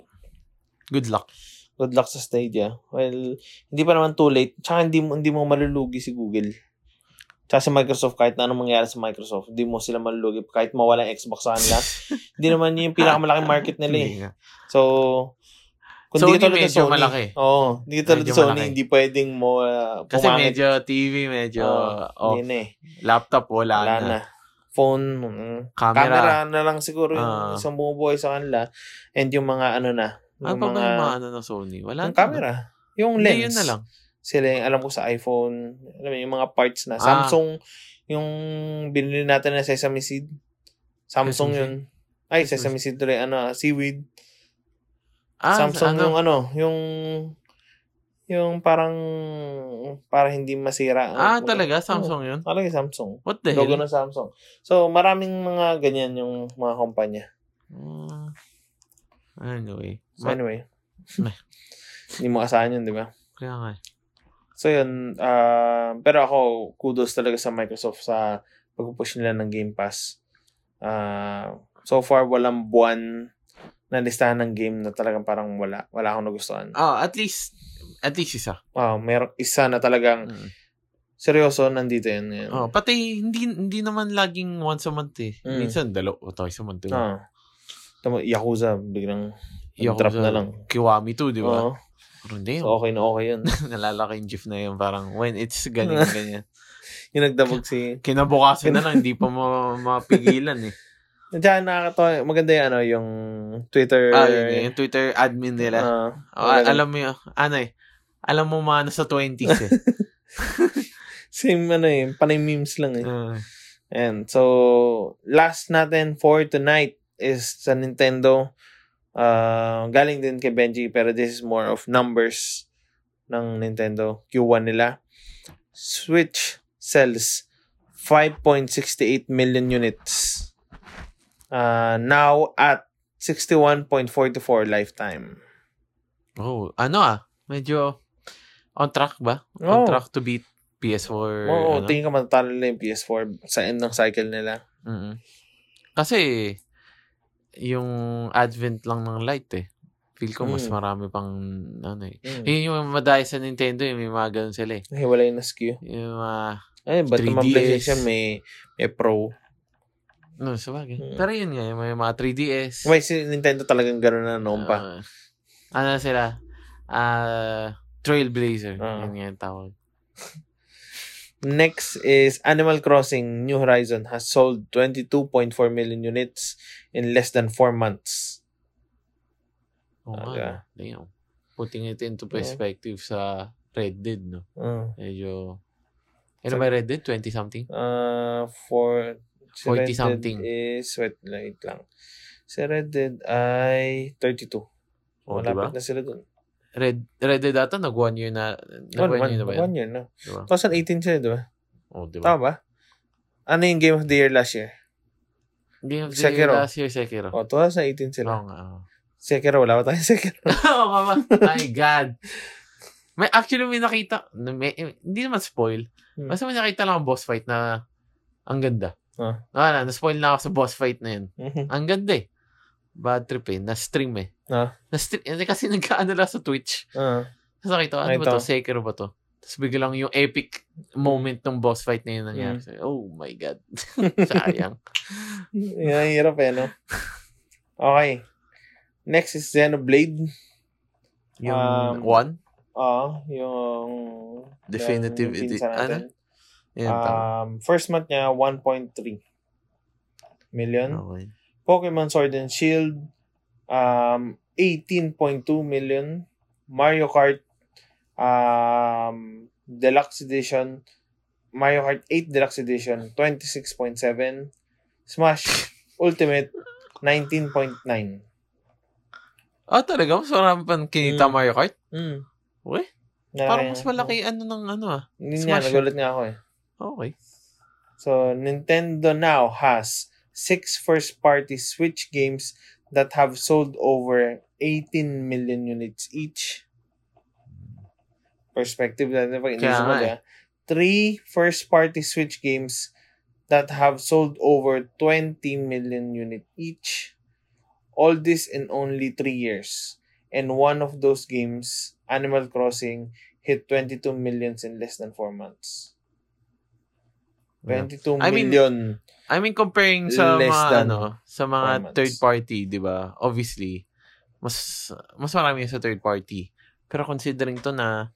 S2: Good luck.
S1: Good luck sa Stadia. Well, hindi pa naman too late. Tsaka hindi mo, hindi mo malulugi si Google. Tsaka si Microsoft, kahit na anong mangyari sa Microsoft, hindi mo sila malulugi. Kahit mawala yung Xbox sa
S2: <laughs>
S1: kanila, hindi naman yun yung pinakamalaking market nila eh.
S2: Hindi nga.
S1: So, kung di ka
S2: Sony
S1: tulad ng
S2: medyo
S1: Sony,
S2: malaki.
S1: Oo, hindi ka tulad
S2: Medyo
S1: ng Sony,
S2: malaki.
S1: hindi pwedeng mo uh,
S2: Kasi
S1: pumangit.
S2: medyo TV, medyo
S1: Oh,
S2: off.
S1: yun eh.
S2: Laptop, wala,
S1: Wala
S2: na.
S1: na. Phone, mm,
S2: Camera.
S1: camera na lang siguro yung
S2: Ah.
S1: isang bumubuhay sa kanila and yung mga ano na,
S2: Ano
S1: yung
S2: pa ba
S1: mga,
S2: yung mga ano ng Sony? Wala
S1: yung
S2: na, no?
S1: camera, yung
S2: Hindi,
S1: lens.
S2: yun na lang.
S1: Sila yung alam ko sa iPhone, alam mo, yung mga parts na.
S2: Ah.
S1: Samsung, yung binili natin na sesame seed. Samsung
S2: Sesame
S1: yun. Ay, sesame
S2: Sesame
S1: seed tuloy. Ano, seaweed.
S2: Ah,
S1: Samsung
S2: ano?
S1: yung ano, yung Yung parang, para hindi masira. ang-
S2: Ah, talaga? Samsung yun?
S1: Talaga Samsung.
S2: What the
S1: ano, Logo
S2: hell?
S1: ng Samsung. So, maraming mga ganyan yung mga kumpanya.
S2: Ah, anyway.
S1: So,
S2: Ma-
S1: anyway.
S2: Meh.
S1: Hindi mo asahan yun, di ba?
S2: kaya nga. eh.
S1: So, yun. ah, pero ako, kudos talaga sa Microsoft sa pag-push nila ng Game Pass. Ah, so far, walang buwan na listahan ng game na talagang parang wala. Wala akong nagustuhan.
S2: Ah, at least, at least isa.
S1: Ah, meron isa na talagang
S2: Mm.
S1: seryoso nandito yun. yun.
S2: Oh, pati hindi hindi naman laging once a month eh.
S1: Mm.
S2: Minsan dalaw o twice a month. Diba?
S1: Ah. Tama, Yakuza, biglang
S2: Yakuza,
S1: drop na lang.
S2: Kiwami to, di
S1: Oo.
S2: ba? Pero hindi.
S1: so, okay na okay yun.
S2: <laughs>
S1: <laughs>
S2: Nalalaki yung gif na yun. Parang when it's ganyan, ganyan.
S1: yung nagdabog si
S2: Kinabukasan na lang, hindi
S1: <laughs>
S2: pa ma- mapigilan eh.
S1: Diyan nakakatawa. Maganda yung ano, yung Twitter.
S2: Ah, yun, eh, yung Twitter admin nila.
S1: Ah,
S2: Oh, a-
S1: Wala.
S2: alam mo yun, ano eh, alam mo mga nasa 20s
S1: <laughs>
S2: eh.
S1: same ano eh, panay memes lang eh.
S2: Ah,
S1: And so, last natin for tonight is sa Nintendo. Uh, galing din kay Benji, pero this is more of numbers ng Nintendo Q1 nila. Switch sells 5.68 million units. Uh, now at 61.44 lifetime.
S2: oh, ano ah, medyo on track ba? On
S1: Oh.
S2: track to beat PS4.
S1: Oo,
S2: ano?
S1: tingin ko matatalo nila yung PS4 sa end ng cycle nila.
S2: Mm-mm. Kasi, yung advent lang ng light eh. Feel ko mas
S1: Mm.
S2: marami pang, ano eh.
S1: Mm.
S2: Yun yung madaya sa Nintendo, eh, may mga ganun sila eh.
S1: Hiwalay na SKU.
S2: Yung mga,
S1: Ay, ba't
S2: 3DS.
S1: naman PlayStation may, may Pro?
S2: no, sabagay.
S1: Mm.
S2: ano, Pero yun nga, yung may mga 3DS.
S1: May si Nintendo talagang gano'n na noon pa.
S2: Ah, ano sila? Ah, Trailblazer.
S1: Ah.
S2: Yun nga yung tawag.
S1: Next is Animal Crossing New Horizon has sold 22.4 million units in less than 4 months.
S2: Oo nga,
S1: Aga.
S2: no. Damn. Putting it into perspective sa Red Dead, no?
S1: Uh,
S2: Medyo... Ano ba Red Dead? 20 something?
S1: uh, for... si
S2: 40
S1: Red Dead
S2: something.
S1: Is, wait, wait lang. Si Red Dead ay 32.
S2: Oh,
S1: Malapit na sila dun.
S2: Red, Red Dead ata, nag one year na. Nag
S1: One,
S2: one,
S1: one,
S2: year na ba
S1: one
S2: yun?
S1: year na.
S2: Diba?
S1: 2018 sila, di ba?
S2: Oh, diba?
S1: Tama ba? Ano yung Game of the Year last year?
S2: Game of the
S1: Sekiro. Oh,
S2: Year last year, Sekiro.
S1: O,
S2: ah.
S1: 2018
S2: Oo
S1: sila.
S2: nga. oo.
S1: Sekiro, wala ba tayong <laughs> Sekiro?
S2: Oo, mama. My God. May, actually, may nakita, na may, hindi naman spoil.
S1: Hmm.
S2: Basta may nakita lang ang boss fight na ang ganda.
S1: Ah.
S2: Wala, na-spoil na ako sa boss fight na yun.
S1: Mhm.
S2: Ang ganda eh. Bad trip eh. Na-stream eh.
S1: Ah.
S2: Na-stream. Eh, kasi <laughs> nagkaano lang sa Twitch.
S1: Ah,
S2: Tapos nakita ko, ano
S1: Nakita
S2: ba to?
S1: ko.
S2: Sekiro ba to? Tapos biglang yung epic moment ng boss fight na yun
S1: Hmm.
S2: nangyari. Sabi, Oh my
S1: <laughs>
S2: God. <laughs> Sayang.
S1: yun ang hirap eh, no? Okay. Next is Xenoblade.
S2: Yung
S1: Um,
S2: one?
S1: Ah, yung...
S4: Definitive
S1: yung
S4: edi-
S1: pinsan natin.
S2: ano? Yan tama.
S1: Um, first month niya, 1.3 million.
S2: Okay.
S1: Pokemon Sword and Shield, um, 18.2 million. Mario Kart, um, Deluxe Edition, Mario Kart 8 Deluxe Edition, 26.7. Smash Ultimate, 19.9.
S2: Ah, talaga? Mas marami pa kinita
S1: Mm.
S2: Mario Kart?
S1: Mm.
S2: Uy, parang mas malaki ano ng ano ah.
S1: Yun nga,
S2: Smash.
S1: nagulat nga ako eh.
S2: Okay.
S1: So, Nintendo now has six first-party Switch games that have sold over 18 million units each. Perspective natin pag
S2: Kaya
S1: inisip mo,
S2: nga eh.
S1: diba? Three first-party Switch games that have sold over 20 million unit each. All this in only three years. And one of those games, Animal Crossing, hit 22 millions in less than four months. 22
S2: I mean,
S1: million.
S2: I mean, comparing sa
S1: Less
S2: mga,
S1: than
S2: ano, sa
S1: four
S2: mga
S1: months.
S2: third party, di ba? Obviously, mas, mas marami yung sa third party. Pero considering to na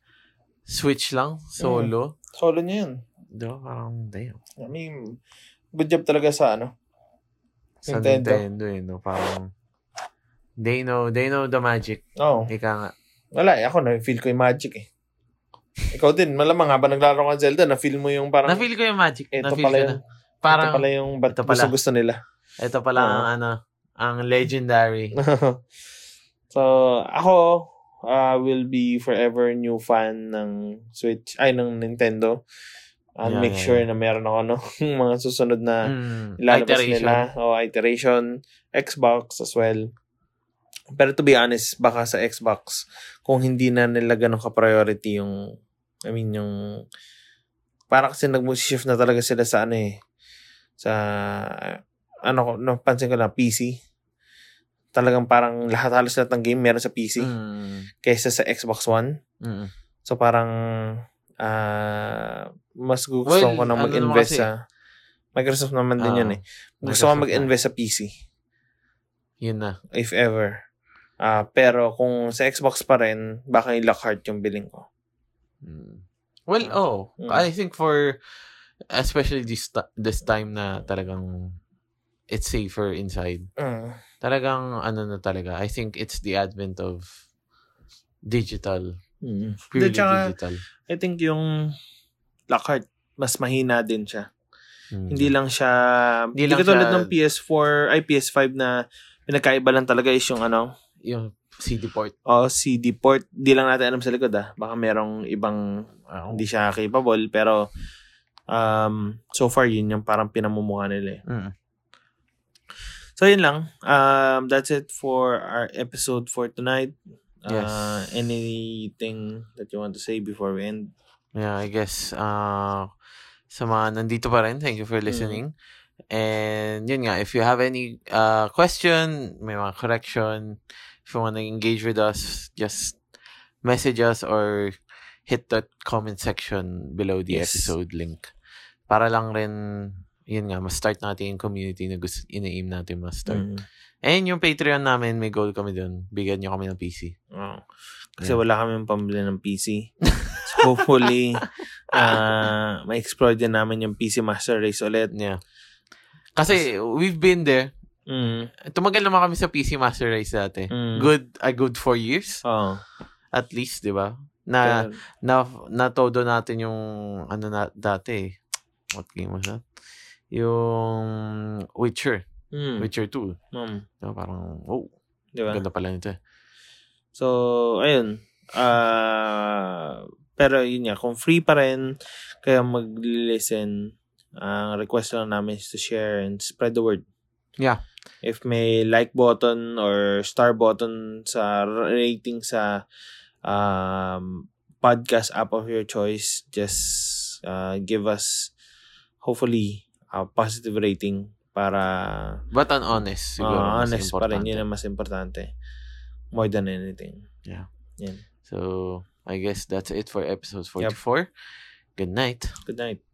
S2: Switch lang, solo,
S1: Solo niya yun.
S2: di ba? Parang, damn.
S1: I mean, good job talaga sa ano.
S2: Sa
S1: Nintendo.
S2: Nintendo, eh, no? Parang, they know, they know the magic.
S1: Oo.
S2: Ika nga.
S1: Wala eh. Ako na-feel ko yung magic eh. Ikaw din. Malamang habang naglaro ka ng Zelda, na-feel mo yung parang...
S2: Na-feel ko yung magic.
S1: Ito
S2: Na-feel
S1: pala
S2: ko
S1: yung...
S2: na. Parang,
S1: ito pala yung ba't
S2: ito pala.
S1: gusto nila.
S2: ito
S1: <laughs>
S2: pala ang, ano, ang legendary.
S1: so, ako, uh, will be forever new fan ng Switch, ay, ng Nintendo. And
S2: Yeah,
S1: make
S2: yeah,
S1: sure na meron ako ng <laughs> mga susunod na
S2: Mm,
S1: ilalabas
S2: iteration.
S1: nila. O, iteration. Xbox as well. Pero to be honest, baka sa Xbox, kung hindi na nila ganun ka-priority yung, I mean, yung, para kasi nag-shift na talaga sila sa ano eh, sa, ano, ko- napansin ko na, PC. Talagang parang lahat, halos lahat ng game meron sa PC
S2: Mm,
S1: kaysa sa Xbox One.
S2: mm.
S1: So parang, ah, mas gusto
S2: Well,
S1: ko na
S2: ano
S1: mag-invest
S2: naman kasi-
S1: sa, Microsoft naman din
S2: Ah,
S1: yun eh. Gusto ko
S2: Microsoft
S1: mag-invest sa PC,
S2: Yun na.
S1: if ever. ah pero kung sa Xbox pa rin, baka yung Lockhart yung billing ko.
S2: Mm. Well,
S1: Ah.
S2: oh,
S1: Mm.
S2: I think for especially this ti- this time na talagang it's safer inside.
S1: Mm.
S2: Talagang ano na talaga. I think it's the advent of digital,
S1: Di,
S2: purely
S1: tsaka,
S2: digital.
S1: Mm. I think yung Lockhart, mas mahina din siya.
S2: Mm.
S1: Hindi lang siya, hindi,
S2: Hindi lang
S1: katulad
S2: siya-
S1: ng PS4, ay PS5 na pinagkaiba lang talaga is yung ano,
S2: yung CD port.
S1: o CD port. Di lang natin alam sa likod ah. Baka merong ibang
S2: ah,
S1: hindi siya capable pero um, so far yun yung parang pinamumukha nila eh.
S2: Mm.
S1: So, yun lang. Um, that's it for our episode for tonight. Uh,
S2: Yes.
S1: anything that you want to say before we end?
S2: Yeah, I guess uh sa mga nandito pa rin, thank you
S1: Mm.
S2: for listening. And yun nga, if you have any uh question, may mga correction, if you want to engage with us, just message us or hit that comment section below the
S1: Yes.
S2: episode link. Para lang rin, yun nga, mas start natin yung community na gusto, ina-aim natin mas start.
S1: Mm.
S2: And yung Patreon namin, may goal kami dun. Bigyan nyo kami ng PC.
S1: Oo. Kasi
S2: Yeah.
S1: wala kami pambili ng PC. So,
S2: <laughs>
S1: hopefully, uh, ma-explore din namin yung PC Master Race ulit.
S2: Yeah. Kasi we've been there.
S1: Mm.
S2: tumagal naman kami sa PC Master Race dati.
S1: Mm.
S2: Good, a good four years
S1: Oo.
S2: at least, 'di ba?
S1: Pero-
S2: Na na natodo natin yung ano na dati. eh. What game was that? Yung Witcher,
S1: Mm. Diba?
S2: Witcher 2.
S1: Mm.
S2: Diba? Parang, oh,
S1: Di ba?
S2: ganda pala nito. eh.
S1: So, ayun. Ah, pero yun nga, kung free pa rin, kaya mag-listen, ang request lang namin is to share and spread the word.
S2: Yeah.
S1: If may like button or star button sa rating sa um, podcast app of your choice, just uh, give us hopefully a positive rating para
S2: But an honest, siguro.
S1: ah,
S2: mas
S1: honest pa rin.
S2: importante.
S1: Yun ang mas importante. More than anything.
S2: So, I guess that's it for episode 44. Good night.
S1: Good night.